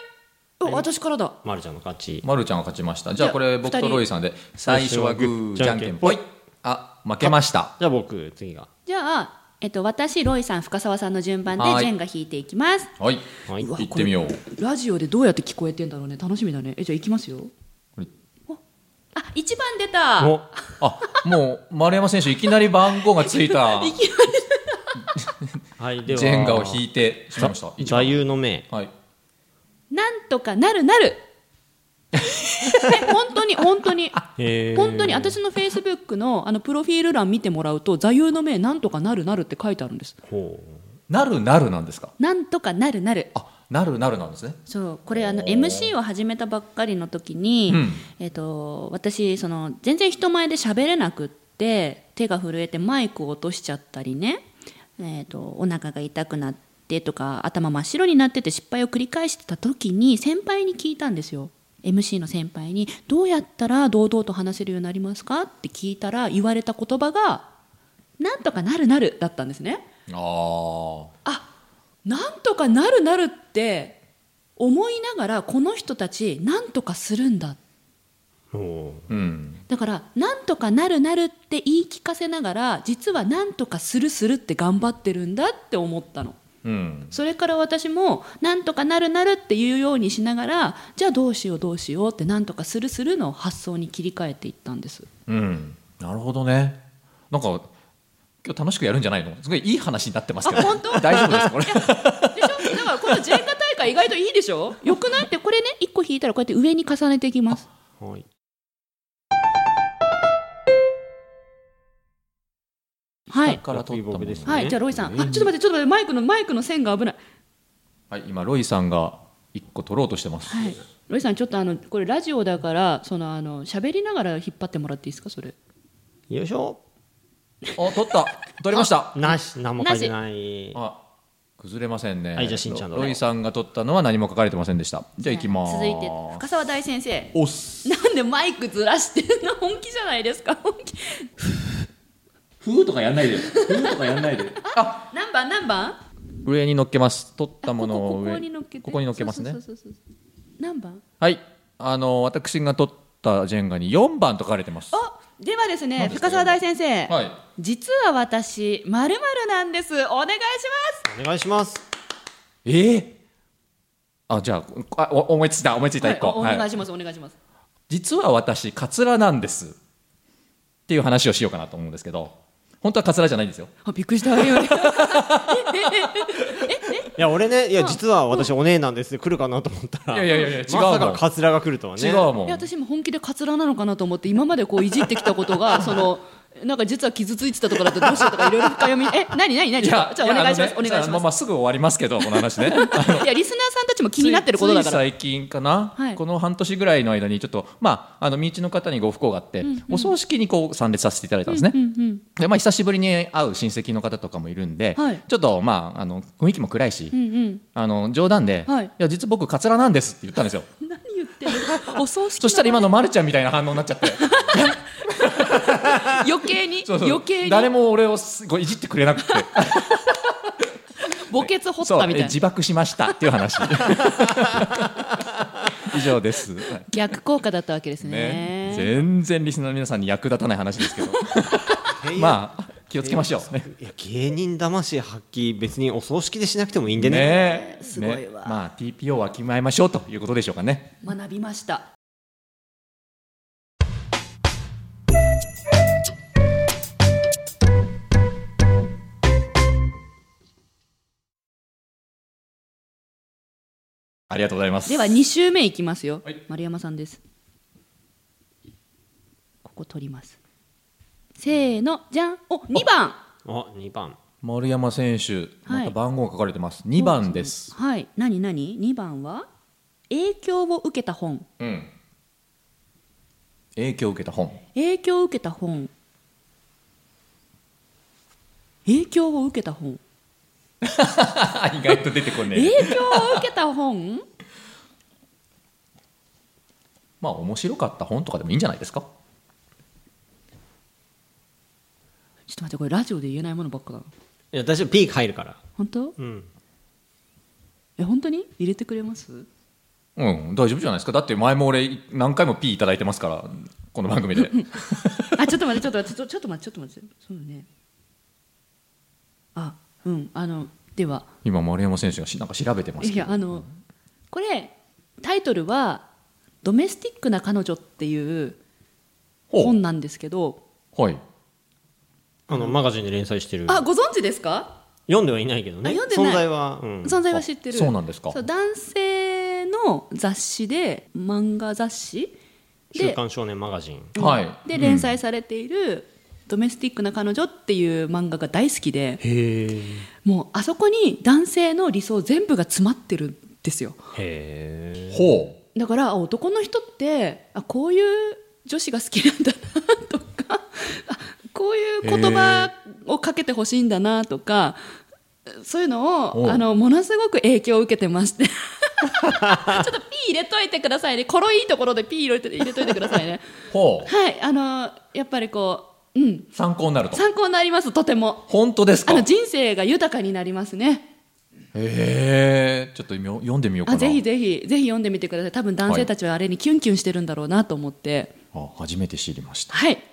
お私からだまるちゃんの勝ちまるちゃんが勝ちましたじゃあいやこれ僕二と人ロイさんで最初はグーじ最初ゃはグーんけんぽいじゃんけんあ負けましたじゃあ僕次がじゃあえっと私ロイさん深澤さんの順番ではいジェンガ引いていきますはい、はい行ってみようラジオでどうやって聞こえてんだろうね楽しみだねえじゃあ行きますよこれあ一番出たおあもう丸山選手いきなり番号がつ いたいきはいではジェンガを引いてしまいました座右の銘はい なんとかなるなるえ本当に本当にへー本当に私のフェイスブックのあのプロフィール欄見てもらうと座右の銘なんとかなるなるって書いてあるんですほなるなるなんですかなんとかなるなるあなるなるなんですねそうこれあの MC を始めたばっかりの時に、うんえっと私その全然人前で喋れなくって手が震えてマイクを落としちゃったりね、えっとお腹が痛くなってとか頭真っ白になってて失敗を繰り返してた時に先輩に聞いたんですよ MC の先輩に「どうやったら堂々と話せるようになりますか?」って聞いたら言われた言葉が「なんとかなるなる」だったんですね。あああなんとかなるなるって思いながらこの人たちなんとかするんだうほううんだからなんとかなるなるって言い聞かせながら実はなんとかするするって頑張ってるんだって思ったのうんそれから私もなんとかなるなるって言うようにしながらじゃあどうしようどうしようってなんとかするするの発想に切り替えていったんですうんなるほどねなんか今日楽しくやるんじゃないのすごいいい話になってますけどあ本当大丈夫ですこれでしょだからこのジェンガ大会意外といいでしょよくないってこれね1個引いたらこうやって上に重ねていきますはい。はい下から取ったものですねはい、じゃあロイさん、うんあ、ちょっと待って、ちょっと待って、マイクのマイクの線が危ない。はい今ロイさんが一個取ろうとしてます、はい、ロイさん、ちょっとあのこれラジオだから、そのあの喋りながら引っ張ってもらっていいですか、それ。よいしょ。あ取った取りましたなし、何も書いてない。あ崩れませんねはいじゃあしんちゃんどうぞロイさんが取ったのは何も書かれてませんでしたじゃあ行きます続いて深澤大先生。おっすなんでマイクずらしてんの 本気じゃないですか本気ふーとかやんないでふーとかやんないであ何番何番上に乗っけます取ったもあのこをここ上こに乗っけてここに乗っけますねそうそうそうそう何番はいあの私が取ったジェンガに4番と書かれてますあではですね何ですか深澤大先生、はい実は私まるなんですお願いしますお願いします。ええあじゃああお思いついた思いついた1個、はいおおはい願いします、お願いします実は私カツラなんですっていう話をしようかなと思うんですけど本当はカツラじゃないんですよあびっくりしたあれよりいや、俺ね、いや、実は私お姉なんですよ。来るかなと思ったら。いやいやいやいや違うもんまさかカツラが来るとはね。違うもん、いや私も本気でカツラなのかなと思って今までこういじってきたことがそのなんか実は傷ついてたとかだとどうしようとかいろいろ深読みえ何何何ちょっとちょっとお願いします、お願いあのね、しますまあまあすぐ終わりますけどこの話ねいやリスナーさんたち も気になってることだかついら最近かな、はいこの半年ぐらいの間にちょっとまああの身内の方にご不幸があって、お葬式にこう参列させていただいたんですね、うんうんでまあ、久しぶりに会う親戚の方とかもいるんで、はいちょっとまああの雰囲気も暗いし、うんうんあの冗談で、はいいや実は僕カツラなんですって言ったんですよ何言ってるお葬式そしたら今のまるちゃんみたいな反応になっちゃって余計にそうそう余計に誰も俺をすごいいじってくれなくて墓穴掘っそたうみえたいな自爆しましたっていう話 以上です、はい逆効果だったわけですねね、全然リスナーの皆さんに役立たない話ですけ どまあ気をつけましょうねいや、芸人魂発揮、別にお葬式でしなくてもいいんでね。ねすごいわねまあ TPO は決めましょうということでしょうかね学びましたありがとうございますでは2週目いきますよ、はい丸山さんですここ取りますせーのじゃんお2番あ、二番。丸山選手はいまた番号が書かれてます、2番ですはい、何何？二番は影響を受けた本。うん影響を受けた本影響を受けた本。影響を受けた本。あ 意外と出てこね影響を受けた本？ まあ面白かった本とかでもいいんじゃないですかちょっと待ってこれラジオで言えないものばっかだな。いや、大丈夫、ピーク入るから。本当？うん。え本当に入れてくれます？うん大丈夫じゃないですかだって前も俺何回も P いただいてますからこの番組であちょっと待ってちょっと待ってちょちょっと待ってちょっと待ってそうね。あうんあのでは 今丸山選手がしなんか調べてますいけやどあのこれタイトルは「ドメスティックな彼女」っていうほう本なんですけどはいあの、マガジンで連載してる。あご存知ですか読んではいないけどね。あ読んでない存在は。うん存在は知ってるあそうなんですかそう男性のの雑誌で漫画雑誌週で刊少年マガジンはいで連載されている「ドメスティックな彼女」っていう漫画が大好きでへえもうあそこに男性の理想全部が詰まってるんですよへえほうだからあ男の人ってあこういう女子が好きなんだなとかあこういう言葉をかけてほしいんだなとかそういうのおうをあのものすごく影響を受けてまして ちょっとピー入れといてくださいねこのいいところでピー入れといて入れといてくださいねほうはいあのやっぱりこううん参考になると参考になりますとても本当ですかあの人生が豊かになりますねへえちょっと読み読んでみようかあなぜひぜひぜひ読んでみてください多分男性たちはあれにキュンキュンしてるんだろうなと思ってあ初めて知りましたはい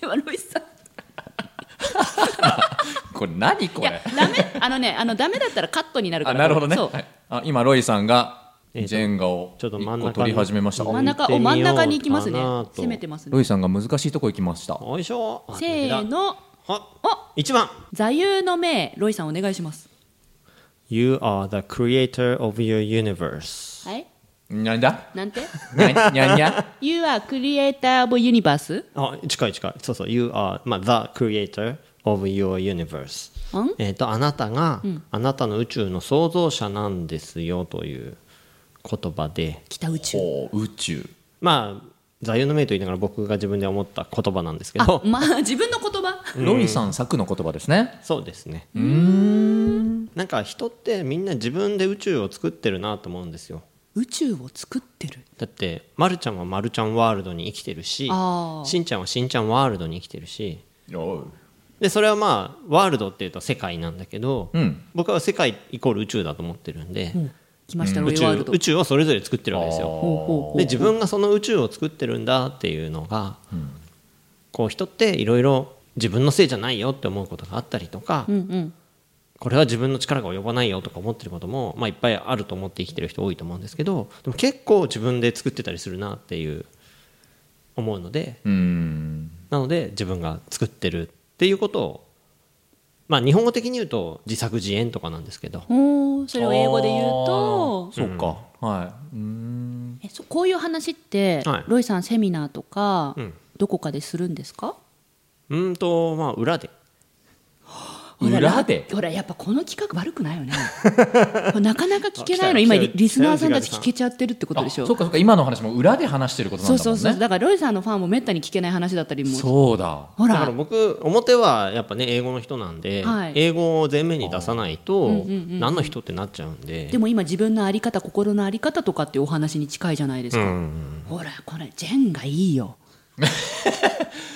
ではロイさん これ何こいやれダメあのねあのダメだったらカットになるかあらなるほどね、そうはいあ今ロイさんがえーとジェンガをちょっと真ん中に一個取り始めました真ん中お真ん中に行きますね行ってみようかなと攻めてますロねイさんが難しいとこ行きましたおいしょあせーのあお1番座右の銘ロイさんお願いします You are the creator of your universe はいにゃんだなんてにゃんにゃんにゃ You are creator of universe? あ近い近いそうそう You are、まあ、the creator of your universe んえっ、とあなたが、あなたの宇宙の創造者なんですよという言葉で北宇宙。お宇宙まあ座右の銘と言いながら僕が自分で思った言葉なんですけあど、まあ自分の言葉。ロイさん作の言葉ですね そうですねなんか人ってみんな自分で宇宙を作ってるなと思うんですよ宇宙を作ってる。だって、ま、るちゃんはまるちゃんワールドに生きてるしあーしんちゃんはしんちゃんワールドに生きてるしおでそれはまあワールドっていうと世界なんだけど、うん僕は世界イコール宇宙だと思ってるんで、来ましたロ宇イワー宙ルド。宇宙をそれぞれ作ってるわけですよ。ほうほうほうで自分がその宇宙を作ってるんだっていうのが、こう人っていろいろ自分のせいじゃないよって思うことがあったりとか、うんうん。これは自分の力が及ばないよとか思ってることも、まあ、いっぱいあると思って生きてる人多いと思うんですけどでも結構自分で作ってたりするなっていう思うのでうーんなので自分が作ってるっていうことを、まあ、日本語的に言うと自作自演とかなんですけどおおそれを英語で言うとあー。そうか、はいうーんえそこういう話って、はいロイさんセミナーとか、うんどこかでするんですかうーんとまあ裏で裏でほらやっぱこの企画悪くないよねこれなかなか聞けないの今リリスナーさんたち聞けちゃってるってことでしょあそうかそうか今の話も裏で話してることなそんうだもそんねうそうだからロイさんのファンもめったに聞けない話だったりもそうだほだからら僕表はやっぱね英語の人なんで、はい英語を前面に出さないと、うんうんうん何の人ってなっちゃうんででも今自分の在り方心の在り方とかっていうお話に近いじゃないですうか、んほらこれジェンがいいよ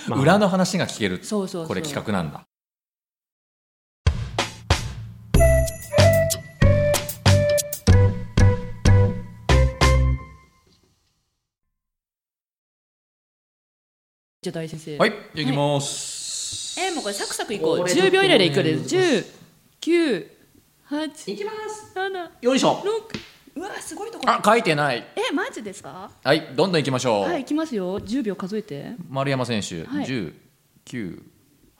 まあ裏の話が聞けるそうそうそうこれ企画なんだじゃあ大先生はいじゃあいきます、えーもうこれサクサクいこうこれ10秒以内でいくでちょっと10 9 8いきます7よいしょ6うわすごいとこあ書いてないえマジですかはいどんどんいきましょう、はいいきますよ10秒数えて丸山選手、はい10、9、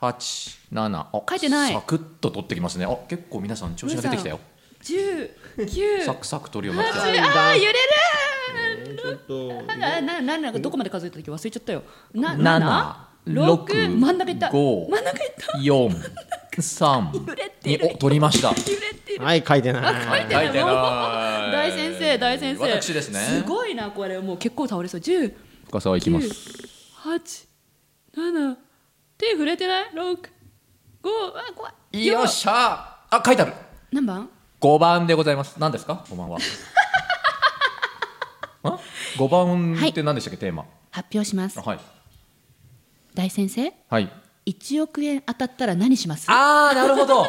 8、7あ書いてないサクッと取ってきますねあ結構皆さん調子が出てきたよ10サ9クサク取るようになってきた8あー揺れるちょっとななななんかどこまで数えた時忘れちゃったよな七六76真ん中いった五真ん中いった 4、3、揺れて2るお取りました揺れてるはい書いてない書いてない書いてないもう 大先生大先生私ですねすごいなこれもう結構倒れそう10深澤いきます八七手触れてない六五あ怖いよっしゃーあ書いてある四何番5番でございます何ですか5番は ん5番って何でしたっけ、テーマ発表しますあはい大先生はい一億円当たったら何しますああなるほど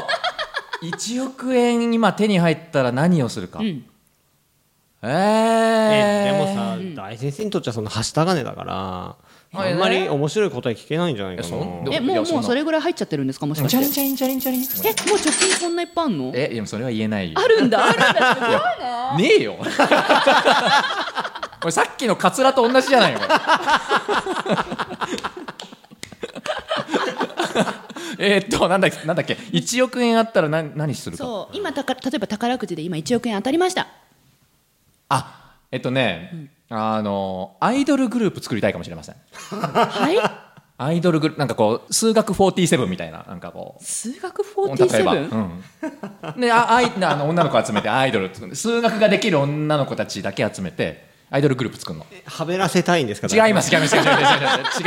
1億円今手に入ったら何をするか、んええー、でもさ、大先生にとってはそのはした金だから、はいあんまり面白い答え聞けないんじゃないかいやそんなでえもいやうそんなもうそれぐらい入っちゃってるんですかもしかしチてャえリンチャリンチャリンチャリンもう貯金こんないっぱいあんのえでもそれは言えないよあるんだあるんだすごいねねえよ これさっきのカツラと同じじゃないのこれえーっとなんだっけなんだっけ1億円あったら何何するかそう今たか例えば宝くじで今1億円当たりましたあえっとね、あのアイドルグループ作りたいかもしれませんはいアイドルグループなんかこう数学47みたいななんかこう 数学例えば、う 47? ん、でああいあの女の子集めてアイドル作る数学ができる女の子たちだけ集めてアイドルグループ作るのはべらせたいんですか違いますす違います違います違います違い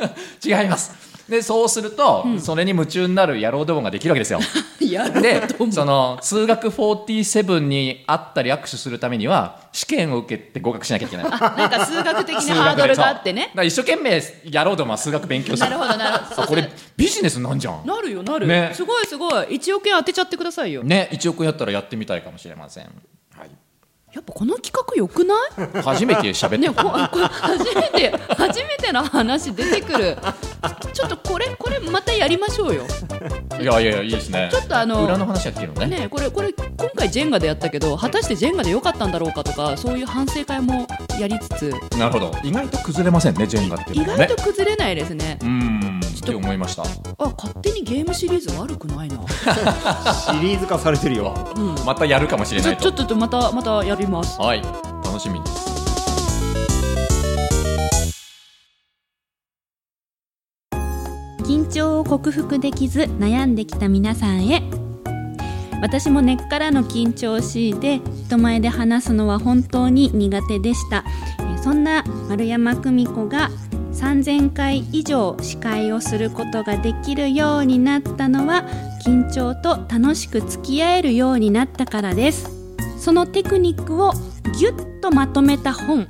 ます 違いますでそうすると、それに夢中になる野郎どもができるわけですよやる でその数学47にあったり握手するためには試験を受けて合格しなきゃいけないなんか数学的数な学でハードルがあってそうだねから一生懸命やろうとも数学勉強すなるるほどなるほどあこれビジネスなんじゃんなるよなる、ねすごいすごい1億円当てちゃってくださいよね1億やったらやってみたいかもしれませんやっぱこの企画よくない初めて 喋ってねるここ 初めて初めての話出てくるちょっとこれこれまたやりましょうよいやいやいやいいですねちょっとあの裏の話やっていいのねねこれこれ今回ジェンガでやったけど果たしてジェンガで良かったんだろうかとかそういう反省会もやりつつなるほど意外と崩れませんねジェンガっていう意のはね外と崩れないですねうーんって思いましたあ勝手にゲームシリーズ悪く ないなシリーズ化されてるよまたやるかもしれちなょいちょとっとまたまたやりますはい楽しみにです緊張を克服できず悩んできた皆さんへ私も根っからの緊張を強いて人前で話すのは本当に苦手でしたえーそんな丸山久美子が3000回以上司会をすることができるようになったのは緊張と楽しく付き合えるようになったからですそのテクニックをぎゅっとまとめた本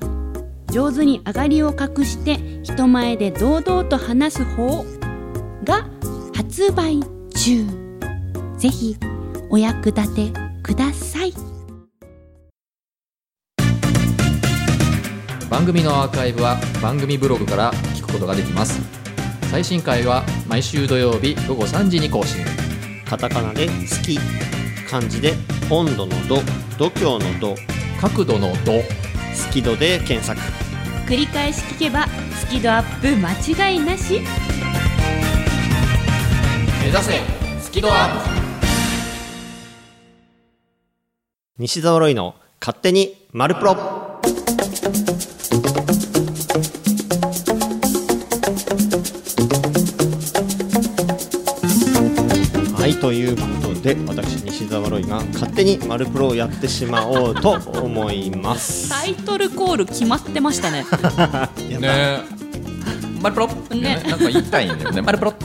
上手に上がりを隠して人前で堂々と話す方が発売中ぜひお役立てください番組のアーカイブは番組ブログから聞くことができます最新回は毎週土曜日午後3時に更新カタカナで「好き」漢字で「温度の度」「度胸の度」角度の度「好き度」で検索繰り返し聞けばスキドアップ間違いなし目指せスキドアップ西澤ロイの「勝手に丸プロ」はいということで私西澤ロイが勝手に「丸プロ」をやってしまおうと思います。タイトルコール決まってましたねねマルプロねなんか言いたいんだよねマルプロは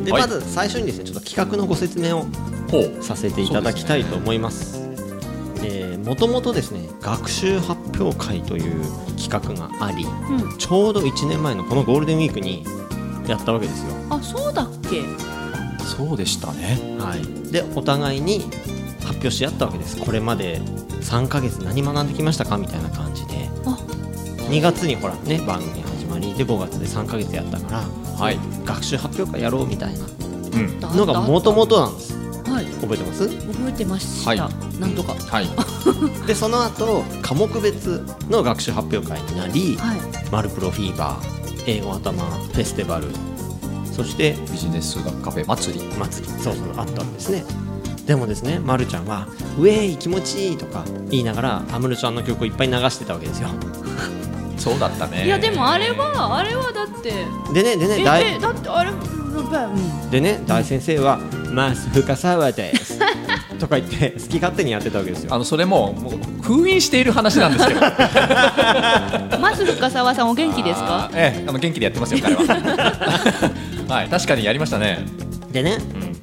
い、ではいまず最初にですねちょっと企画のご説明をほうさせていただきたいと思います。えーもともとですね学習発表会という企画があり、うちょうど1年前のこのゴールデンウィークにやったわけですよ。 あそうだっけそうでしたねはい、でお互いに発表し合ったわけですこれまで3ヶ月何学んできましたかみたいな感じであ2月にほらね番組始まりで5月で3ヶ月やったから、はい学習発表会やろうみたいなうんだのがもともとなんですだはい覚えてます覚えてました、はいなんとかは はいでその後科目別の学習発表会になり、いマルプロフィーバー英語頭フェスティバルそしてビジネス数学カフェ祭り祭りそうそうあったんですねでもですね、ま、るちゃんは「ウェイ気持ちいい!」とか言いながら安室ちゃんの曲をいっぱい流してたわけですよそうだったねいやでもあれはあれはだってでねでえねえ大だってあれうんでね大先生は「マス深沢です」とか言って好き勝手にやってたわけですよあのそれももう封印している話なんですけどまず深澤さんお元気ですあかーええあの元気でやってますよ彼は はい確かにやりましたねでね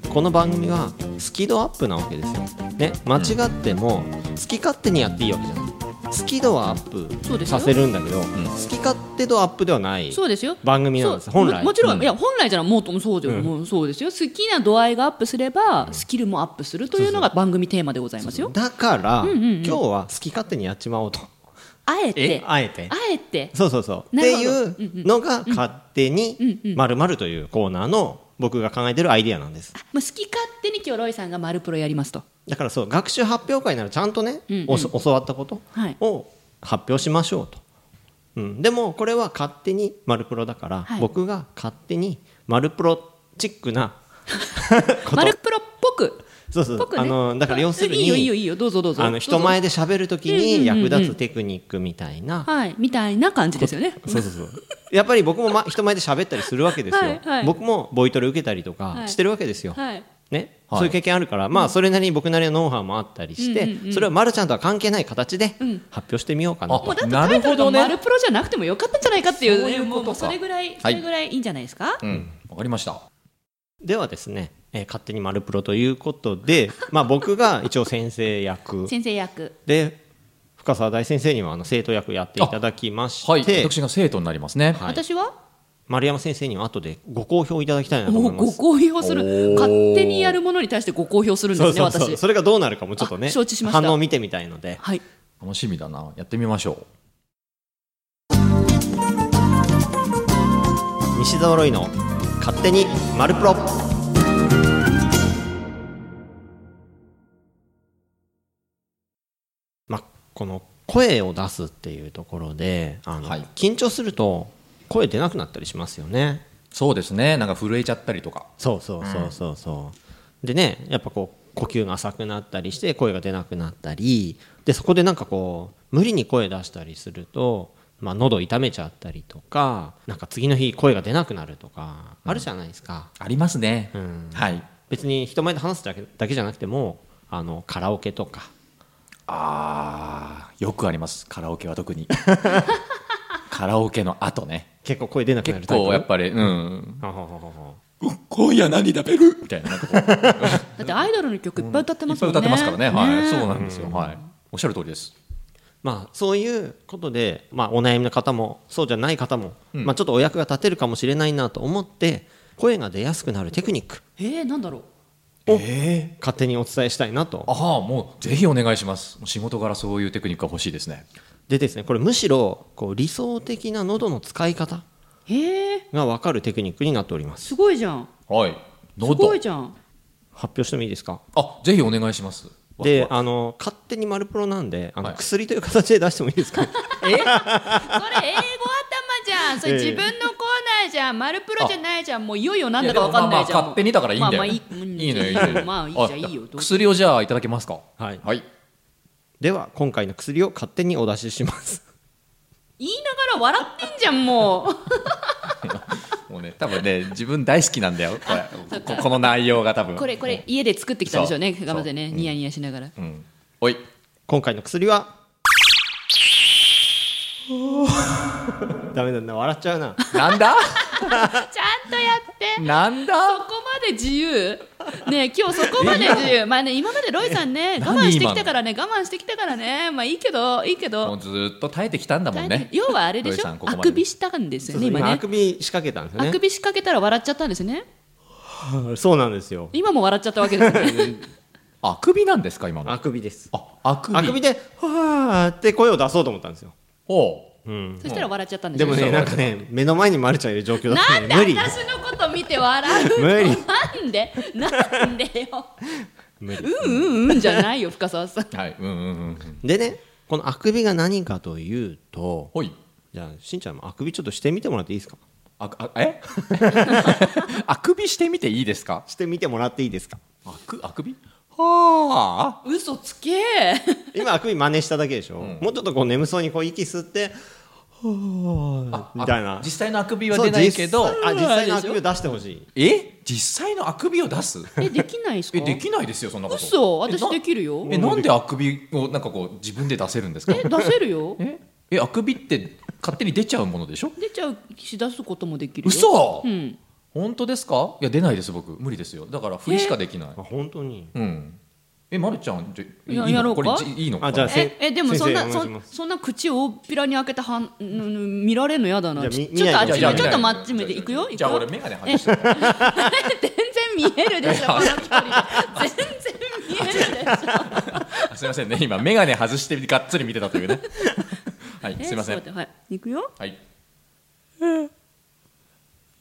うんこの番組はスキドアップなわけですよね間違っても好き勝手にやっていいわけじゃない好き度はアそうッでプすよさせるんだけど、ん好き勝手度アップではないそうですよ番組なんです本来ももちろん、ういや本来じゃないもうともそうで、うんもうそうですよ好きな度合いがアップすればスキルもアップするというのが番組テーマでございますよだから、んうんうん今日は好き勝手にやっちまおうとあえてああえてえてそうそうそうっなてるほいどうのが勝手にうんうんまるまるというコーナーの僕が考えてるアイディアなんですもう好き勝手に今日ロイさんが「マルプロ」やりますとだからそう学習発表会ならちゃんとね、うんうんおそ教わったことはいを発表しましょうとうん、でもこれは勝手にマルプロだから、はい僕が勝手にマルプロチックなことマルプロっぽくそうそう、っぽくねあのだから要するにいいよいいよいいよどうぞどうぞあの人前でで喋るときうんにうんうんう役ん立つテクニックみたいな、はいみたいな感じですよねそうそうそうやっぱり僕も、ま、人前で喋ったりするわけですよ、はいはい僕もボイトレ受けたりとはかいしてるわけですよ、はいねはいそういう経験あるから、まあ、それなりに僕なりのノウハウもあったりして、うんうんうんそれはまるちゃんとは関係ない形でうん発表してみようかなと、もうだってなタるイトほルがどねマルプロじゃなくてもよかったんじゃないかっていうそういうことかもうそれぐらいそはいれぐらいいいんじゃないですかうん、わかりました。ではですね、えー勝手にマルプロということで、まあ、僕が一応先生役先生役で深澤大先生にはあの生徒役やっていただきまして、はい、私が生徒になりますね。はい私は丸山先生には後でご好評いただきたいなとも思ういまごす。好評するおー勝手にやるものに対してご好評するんでそうすねそうそう私それがどうなるかもちょっとねあ承知しました反応を見てみたいのではい楽しみだな。やってみましょ西澤ロイの勝手にマルプロまあこの声を出すっていうところであの、はい緊張すると声出なくなったりしますよねう。そうですね。なんか震えちゃったりとか。そうそうそうそうそう、でねやっぱこう呼吸が浅くなったりして声が出なくなったりでそこでなんかこう無理に声出したりすると、まあ、喉痛めちゃったりとかなんか次の日声が出なくなるとかあるじゃないですか、ありますね。んはい。別に人前で話すだけだけじゃなくてもあのカラオケとかああ、よくあります。カラオケは 特に。カラオケの後ね。結構声出なくなる結タイプ構やっぱり、うん。あほほほほ今夜何食べるみたいな。なんかこういっだってアイドルの曲いっぱい歌ってまぱすいもん歌ねってますからね。はい。そうねなんですよ。はい。おっしゃる通りです。まあ、そういうことで、まあ、お悩みの方もそうじゃない方も、まあ、ちょっとお役が立てるかもしれないなと思って声が出やすくなるテクニックえーなんだろうおええ。勝手にお伝えしたいなとああ、もうぜひお願いします。もう仕事柄そういうテクニックが欲しいですね。でですねこれむしろこう理想的な喉の使い方へえが分かるテクニックになっておりますすごいじゃんはい。す喉ごい。じゃん発表してもいいですかあ、ぜひお願いします。であの勝手にマルプロなんであの、はい薬という形で出してもいいですかえ それ英語頭じゃんそれ自分のコーナーじゃん丸プロじゃないじゃんもういよいよなんだかわかんないじやでもゃんまあまあ勝手にだからいいんだよ。まあまあいいうんいいのよ、いいのよ。まあいいじゃんいいよどうぞ薬をじゃあいただけますか。はいはい。では今回の薬を勝手にお出しします言いながら笑ってんじゃんもうもうね、多分ね、自分大好きなんだよ、これ。ここの内容が多分。これこれ家で作ってきたんでしょうねそう頑張ってねニヤニヤしながらうん。おい。今回の薬は ダメだな笑っちゃう ななんだ ちゃんとやってなんそだこまで自由ねえ今日そこまで自由まあね今までロイさんねえ我慢して何き今たのからね我慢してきたからねまあいいけどいいけもどうずーっと耐えてきたんだもんね。要はあれでロしイょさんここまあでくびしたんですよね今今あねくび仕掛けたんですよあねくび仕掛けたら笑っちゃったんですねはいそうなんですよ今も笑っちゃったわけですよねあくびなんですか、今の。あくびですあ、あくび。あくびで「はあ」って声を出そうと思ったんですよ、ほう。うん、そしたら笑っちゃったんですでよもねなんかね目の前にマルちゃんいる状況だったなんんでで無理私のこと見て笑うの無理なんでなんでよ無理うんうんうんじゃないよ深澤さんはい。うんうんうんうん。でねこのあくびが何かというとほい。じゃあしんちゃんもあくびちょっとしてみてもらっていいですかあ、あ、え あくびしてみていいですかしてみてもらっていいですかあく、あくびはあ。嘘つけ今あくび真似しただけでしょ、んもうちょっとこう眠そうにこう息吸って「はあ」みたいな実際のあくびは出ないけどそう。実際あ実際のあくびを出してほしいえ実際のあくびを出すえできないですかえできないですよそんなこと嘘え私なできるよえなんであくびをなんかこう自分で出せるんですかえ出せるよええあくびって勝手に出ちゃうものでしょ出ちゃうし出すこともできるよ嘘、うん本当ですかいや出ないです僕無理ですよだから振りしかできないあ本当にうんえまるちゃんじゃいいやのやろうかこれじいいのかあじゃあええでもそんな先そ生お願いしますそんな口を大っぴらに開けてはんぬぬ見られるの嫌だいなやちみちょっとあっ見ないでち向いち見ないでょっと待っち向いていくよいくじゃあよ俺眼鏡外してる全然見える でしょこの距離で全然見えるでしょあすいませんね今眼鏡外してがっつり見てたと いうねはいえすいませちょっんと待ってはい、いくよ。はい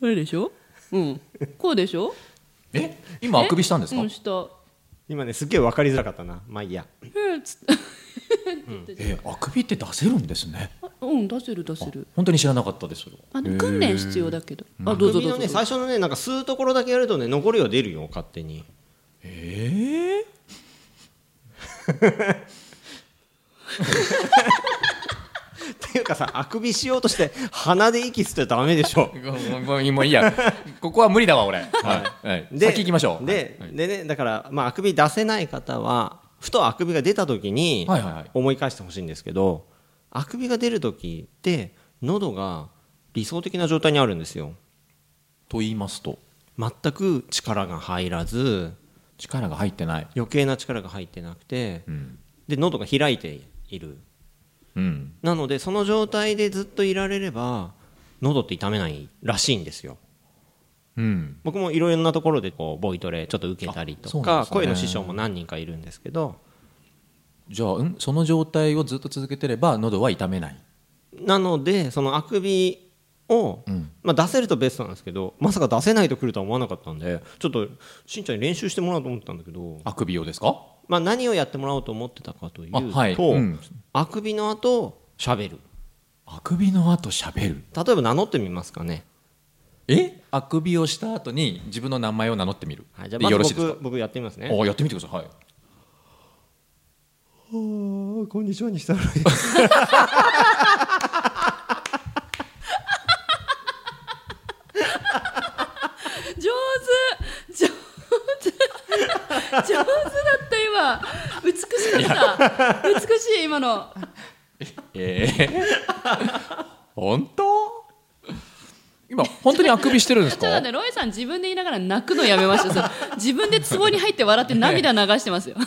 あれでしょうん。こうでしょえ今あくびしたんですかうん、した。今ねすっげえ分かりづらかったなまあいいやえー、つっえあくびって出せるんですねうん出せる出せる本当に知らなかったですそれはあの訓練必要だけどあどうぞど首うのぞね最初のねなんか吸うところだけやるとね残りは出るよ勝手にえっていうかさあくびしようとして鼻で息吸ってダメでしょえもうもういいや ここは無理だわ俺、はいはい、で先行きましょうで,、はいでねだから、まあ、あくび出せない方はふとあくびが出た時にはいはいはい思い返してほしいんですけど、あくびが出る時って喉が理想的な状態にあるんですよと言いますと全く力が入らず力が入ってない余計な力が入ってなくてうん、で喉が開いているうん、なのでその状態でずっといられれば喉って痛めないらしいんですようん、僕もいろいろなところでこうボイトレちょっと受けたりとあそうか、なんですね声の師匠も何人かいるんですけどじゃあ、うん、その状態をずっと続けてれば喉は痛めないなのでそのあくびを、うんまあ、出せるとベストなんですけどまさか出せないと来るとは思わなかったんでちょっとしんちゃんに練習してもらおうと思ったんだけど、あくびをですかまあ、何をやってもらおうと思ってたかというとあ,、あはいうんくびの後喋るあくびの後喋る例えば名乗ってみますかね、えあくびをした後に自分の名前を名乗ってみる、はい、じゃあでまずよろしいです僕か僕やってみますねあやってみてくださいはいこんにちは西田上手上手上手だった今美しかった美しい今のええ 本当今本当にあくびしてるんです ちょっと待かってロイさん自分で言いながら泣くのやめましたさ自分で壺に入って笑って涙流してますよあ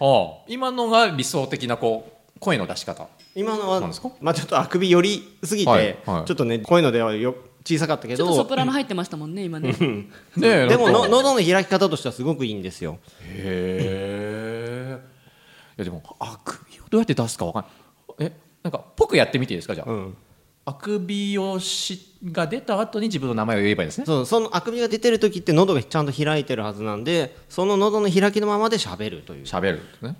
あ今のが理想的なこう声の出し方今のなんはですかまあ、ちょっとあくび寄りすぎて、はいはいちょっとね声の出はよ小さかったけちょどっとソプラノ入ってましたもんね今ねねえでもなんのか喉の開き方としてはすごくいいんですよへえいやでもあくびをどうやって出すかわかんないえなんかぽくやってみていいですかじゃあ、んあくびをしが出た後に自分の名前を言えばいいですね そうそのあくびが出てる時って喉がちゃんと開いてるはずなんでその喉の開きのままで喋るという喋るんですね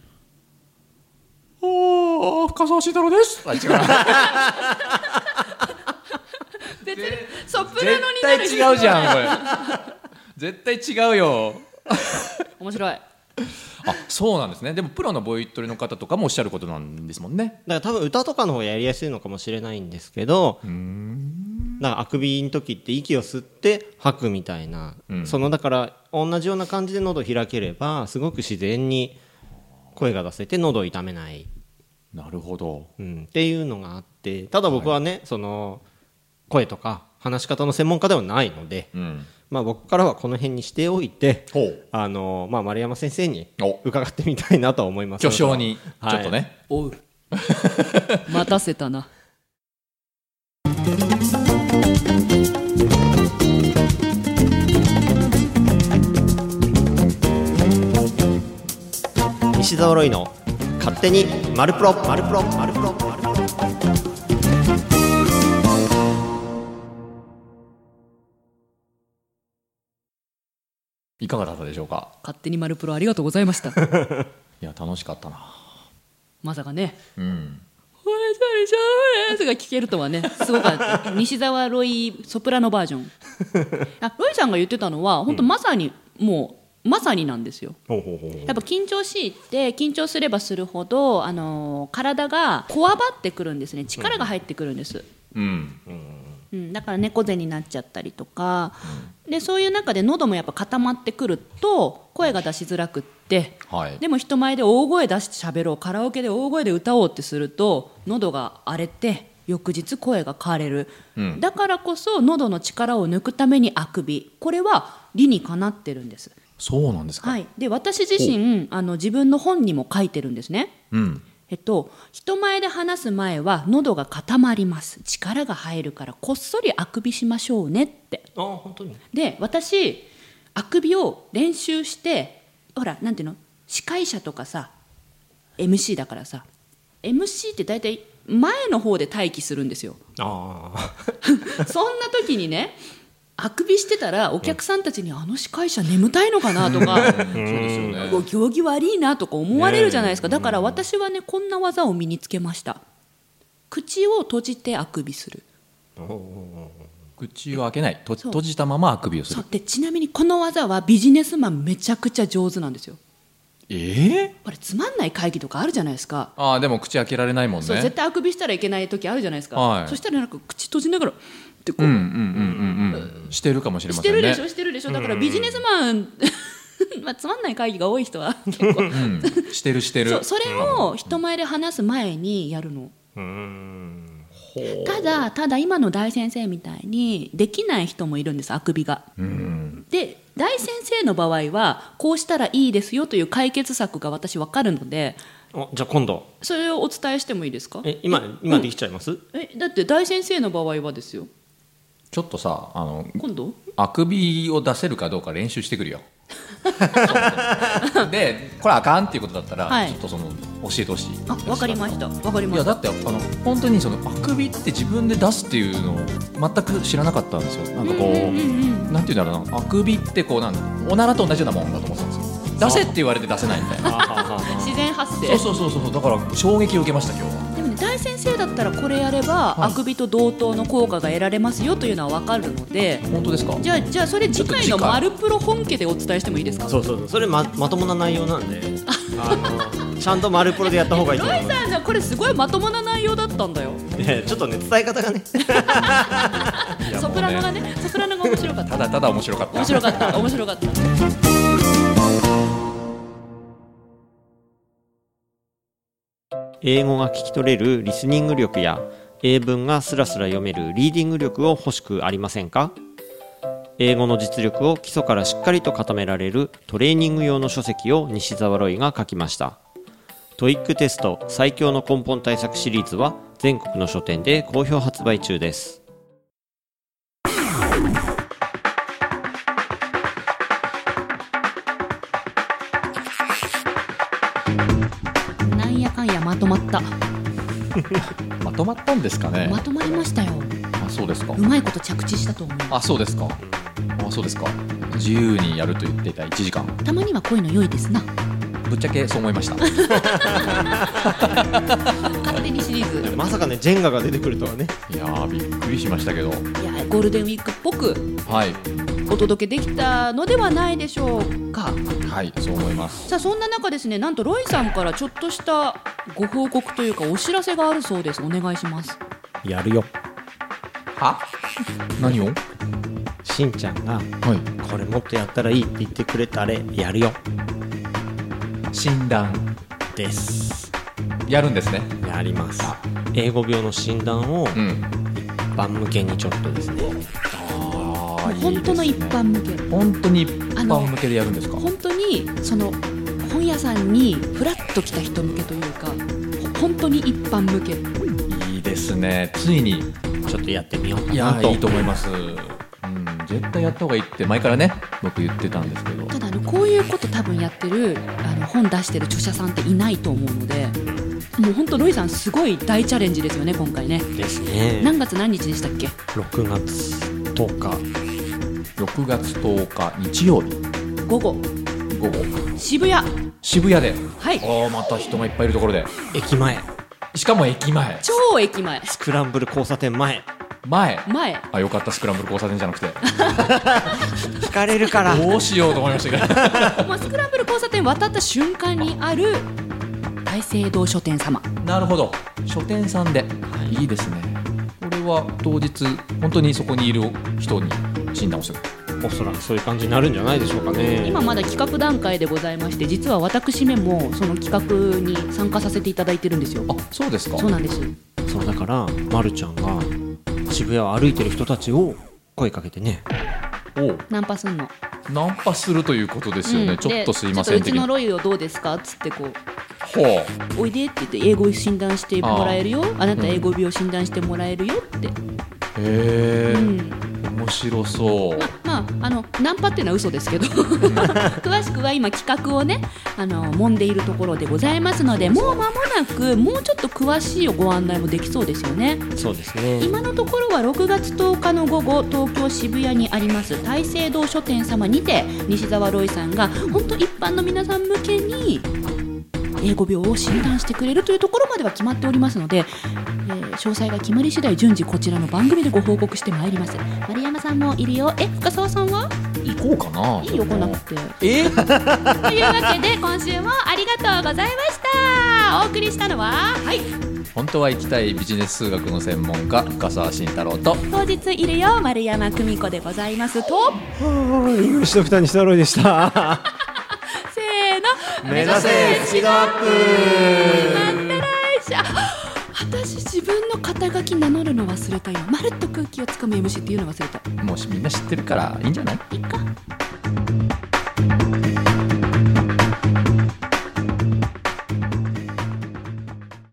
おー深澤慎太郎ですあ違う別にソプラノに 絶な対る必要は違うじゃんこれ 絶対違うよ面白いあそうなんですねでもプロのボイトレの方とかもおっしゃることなんですもんねだから多分歌とかの方がやりやすいのかもしれないんですけどだからあくびの時って息を吸って吐くみたいな、うんそのだから同じような感じで喉を開ければすごく自然に声が出せて喉を痛めない、なるほどうん、っていうのがあってただ僕はね、その声とか話し方の専門家ではないので、うんまあ、僕からはこの辺にしておいてほうあの、まあ、丸山先生にお伺ってみたいなとは思います巨匠にちょっとね、おう待たせたな石澤ロイの勝手にマルプロマルプロマルプロマルプロいかがだったでしょうか勝手にマルプロありがとうございましたいや楽しかったなまさかねうん「おれしゃれしゃれ」とか聞けるとはねすごかった西澤ロイソプラノバージョンあロイさんが言ってたのは本当まさに、もうまさになんですよほうほうほうほうやっぱ緊張しいって緊張すればするほど、あのー体がこわばってくるんですね力が入ってくるんです、うんうん、だから猫背になっちゃったりとか、でそういう中で喉もやっぱ固まってくると声が出しづらくって、はいでも人前で大声出して喋ろうカラオケで大声で歌おうってすると喉が荒れて翌日声が枯れる、んだからこそ喉の力を抜くためにあくびこれは理にかなってるんです、そうなんですか、はい、で私自身あの自分の本にも書いてるんですね。うんえっと、人前で話す前は喉が固まります力が入るからこっそりあくびしましょうねってあー本当にで私あくびを練習してほらなんていうの司会者とかさ MC だからさ MC って大体前の方で待機するんですよあそんな時にねあくびしてたらお客さんたちに、あの司会者眠たいのかなとかそうですよねご行儀悪いなとか思われるじゃないですか、だから私はねこんな技を身につけました口を閉じてあくびする口を開けないとそう閉じたままあくびをすそるうでちなみにこの技はビジネスマンめちゃくちゃ上手なんですよええこれつまんない会議とかあるじゃないですか、ああでも口開けられないもんねそう絶対あくびしたらいけない時あるじゃないですか、はいそしたらなんか口閉じながらってこうう、んうんうんうんうんしてるかもしれしまてせんるでねしょしてるでしょだからビジネスマン、 まあ、つまんない会議が多い 人は結構うんしてるしてるそうそれを人前で話す前にやるのうんただただ今の大先生みたいにできない人もいるんですあくびがうんで大先生の場合はこうしたらいいですよという解決策が私分かるのでおじゃあ今度それをお伝えしてもいいですかえ今今できちゃいます、えだって大先生の場合はですよちょっとさあの今度あくびを出せるかどうか練習してくる よでこれあかんっていうことだったら、はいちょっとその教えてほしいあ分かりました分かりいまやしただってあの本当にそのあくびって自分で出すっていうのを全く知らなかったんですよなんかこう,、なんていうんだろうなあくびってこうなんだおならと同じようなもんだと思ってたんですよ出せって言われて出せないみたいなあははは自然発生そうそうそうそうだから衝撃を受けました今日はでもね大先生だったらこれやれば、はいあくびと同等の効果が得られますよというのは分かるので本当ですかじゃあじゃあそれ次回ちょのっと次「回マルプロ」本家でお伝えしてもいいですかそうそうそうそれままともな内容なんであのちゃんと丸プロでやった方がいいと思ロいイますさんのこれすごいまともな内容だったんだよいやちょっとね伝え方がねソプラノがねソプラノが面白かったただただ面白かった面白 かった面白かった英語が聞き取れるリスニング力や英文がスラスラ読めるリーディング力を欲しくありませんか英語の実力を基礎からしっかりと固められるトレーニング用の書籍を西澤ロイが書きましたトイックテスト最強の根本対策シリーズは全国の書店で好評発売中ですなんやかんやまとまったまとまったんですかねまとまりましたよあそうですかうまいこと着地したと思うあそうですかあそうですか自由にやると言っていた1時間たまにはこういうの良いですなぶっちゃけそう思いました 勝手にシリーズまさかねジェンガが出てくるとはねいやーびっくりしましたけどいやゴールデンウィークっぽくはいお届けできたのではないでしょうかはいそう思いますさあそんな中ですねなんとロイさんからちょっとしたご報告というかお知らせがあるそうですお願いしますやるよは何をはしんちゃんがいこれもっとやったらいいって言ってくれたあれやるよ診断ですやるんですねやります英語病の診断をうん一般向けにちょっとですねあー本当のいい一ですね般向け本当に一般向けでやるんですか本当にその本屋さんにフラッと来た人向けというかほ本当に一般向けいいですねついにちょっとやってみようかいやなといいと思います、うん、絶対やった方がいいって前からね僕言ってたんですけどただあのこういうこと多分やってるあの本出してる著者さんっていないと思うのでもう本当ロイさんすごい大チャレンジですよね今回ねですね何月何日でしたっけ6月10日6月10日日曜日午後午後渋谷渋谷ではいああまた人がいっぱいいるところで駅前しかも駅前超駅前スクランブル交差点前前前あよかったスクランブル交差点じゃなくて聞かれるからどうしようと思いましたけどまあ、スクランブル交差点渡った瞬間にある大聖堂書店様なるほど 書店さんでいいですねこれは当日本当にそこにいる人に診断をする おそらくそういう感じになるんじゃないでしょうかね今まだ企画段階でございまして実は私めもその企画に参加させていただいてるんですよあそうですかそうなんですそうだから、ま、るちゃんが渋谷を歩いてる人たちを声かけてねおうナンパすんのナンパするということですよね、うんちょっとすいでませんちょっと的うちにのロイをどうですかっつってこうほうおいでって言って英語診断してもらえるよあなた英語病診断してもらえるよって、へえ、うん面白そうままああのナンパっていうのは嘘です けど詳しくは今企画をねあの揉んでいるところでございますのでもう間もなくもうちょっと詳しいご案内もできそうですよねそうですね今のところは6月10日の午後東京渋谷にあります大聖堂書店様にて西澤ロイさんが本当一般の皆さん向けに英語病を診断してくれるというところまでは決まっておりますので、えー詳細が決まり次第順次こちらの番組でご報告してまいります丸山さんもいるよえ深澤さんは行こうかな。いいよ来なくてえというわけで今週もありがとうございましたお送りしたのははい本当は行きたいビジネス数学の専門家深澤慎太郎と当日いるよ丸山久美子でございますとイングリッシュドクター西太郎でした。せーの目指せスピードアップじゃあ私自分の肩書き名乗るの忘れたよまるっと空気をつかむ MC っていうの忘れたもうみんな知ってるからいいんじゃないいっか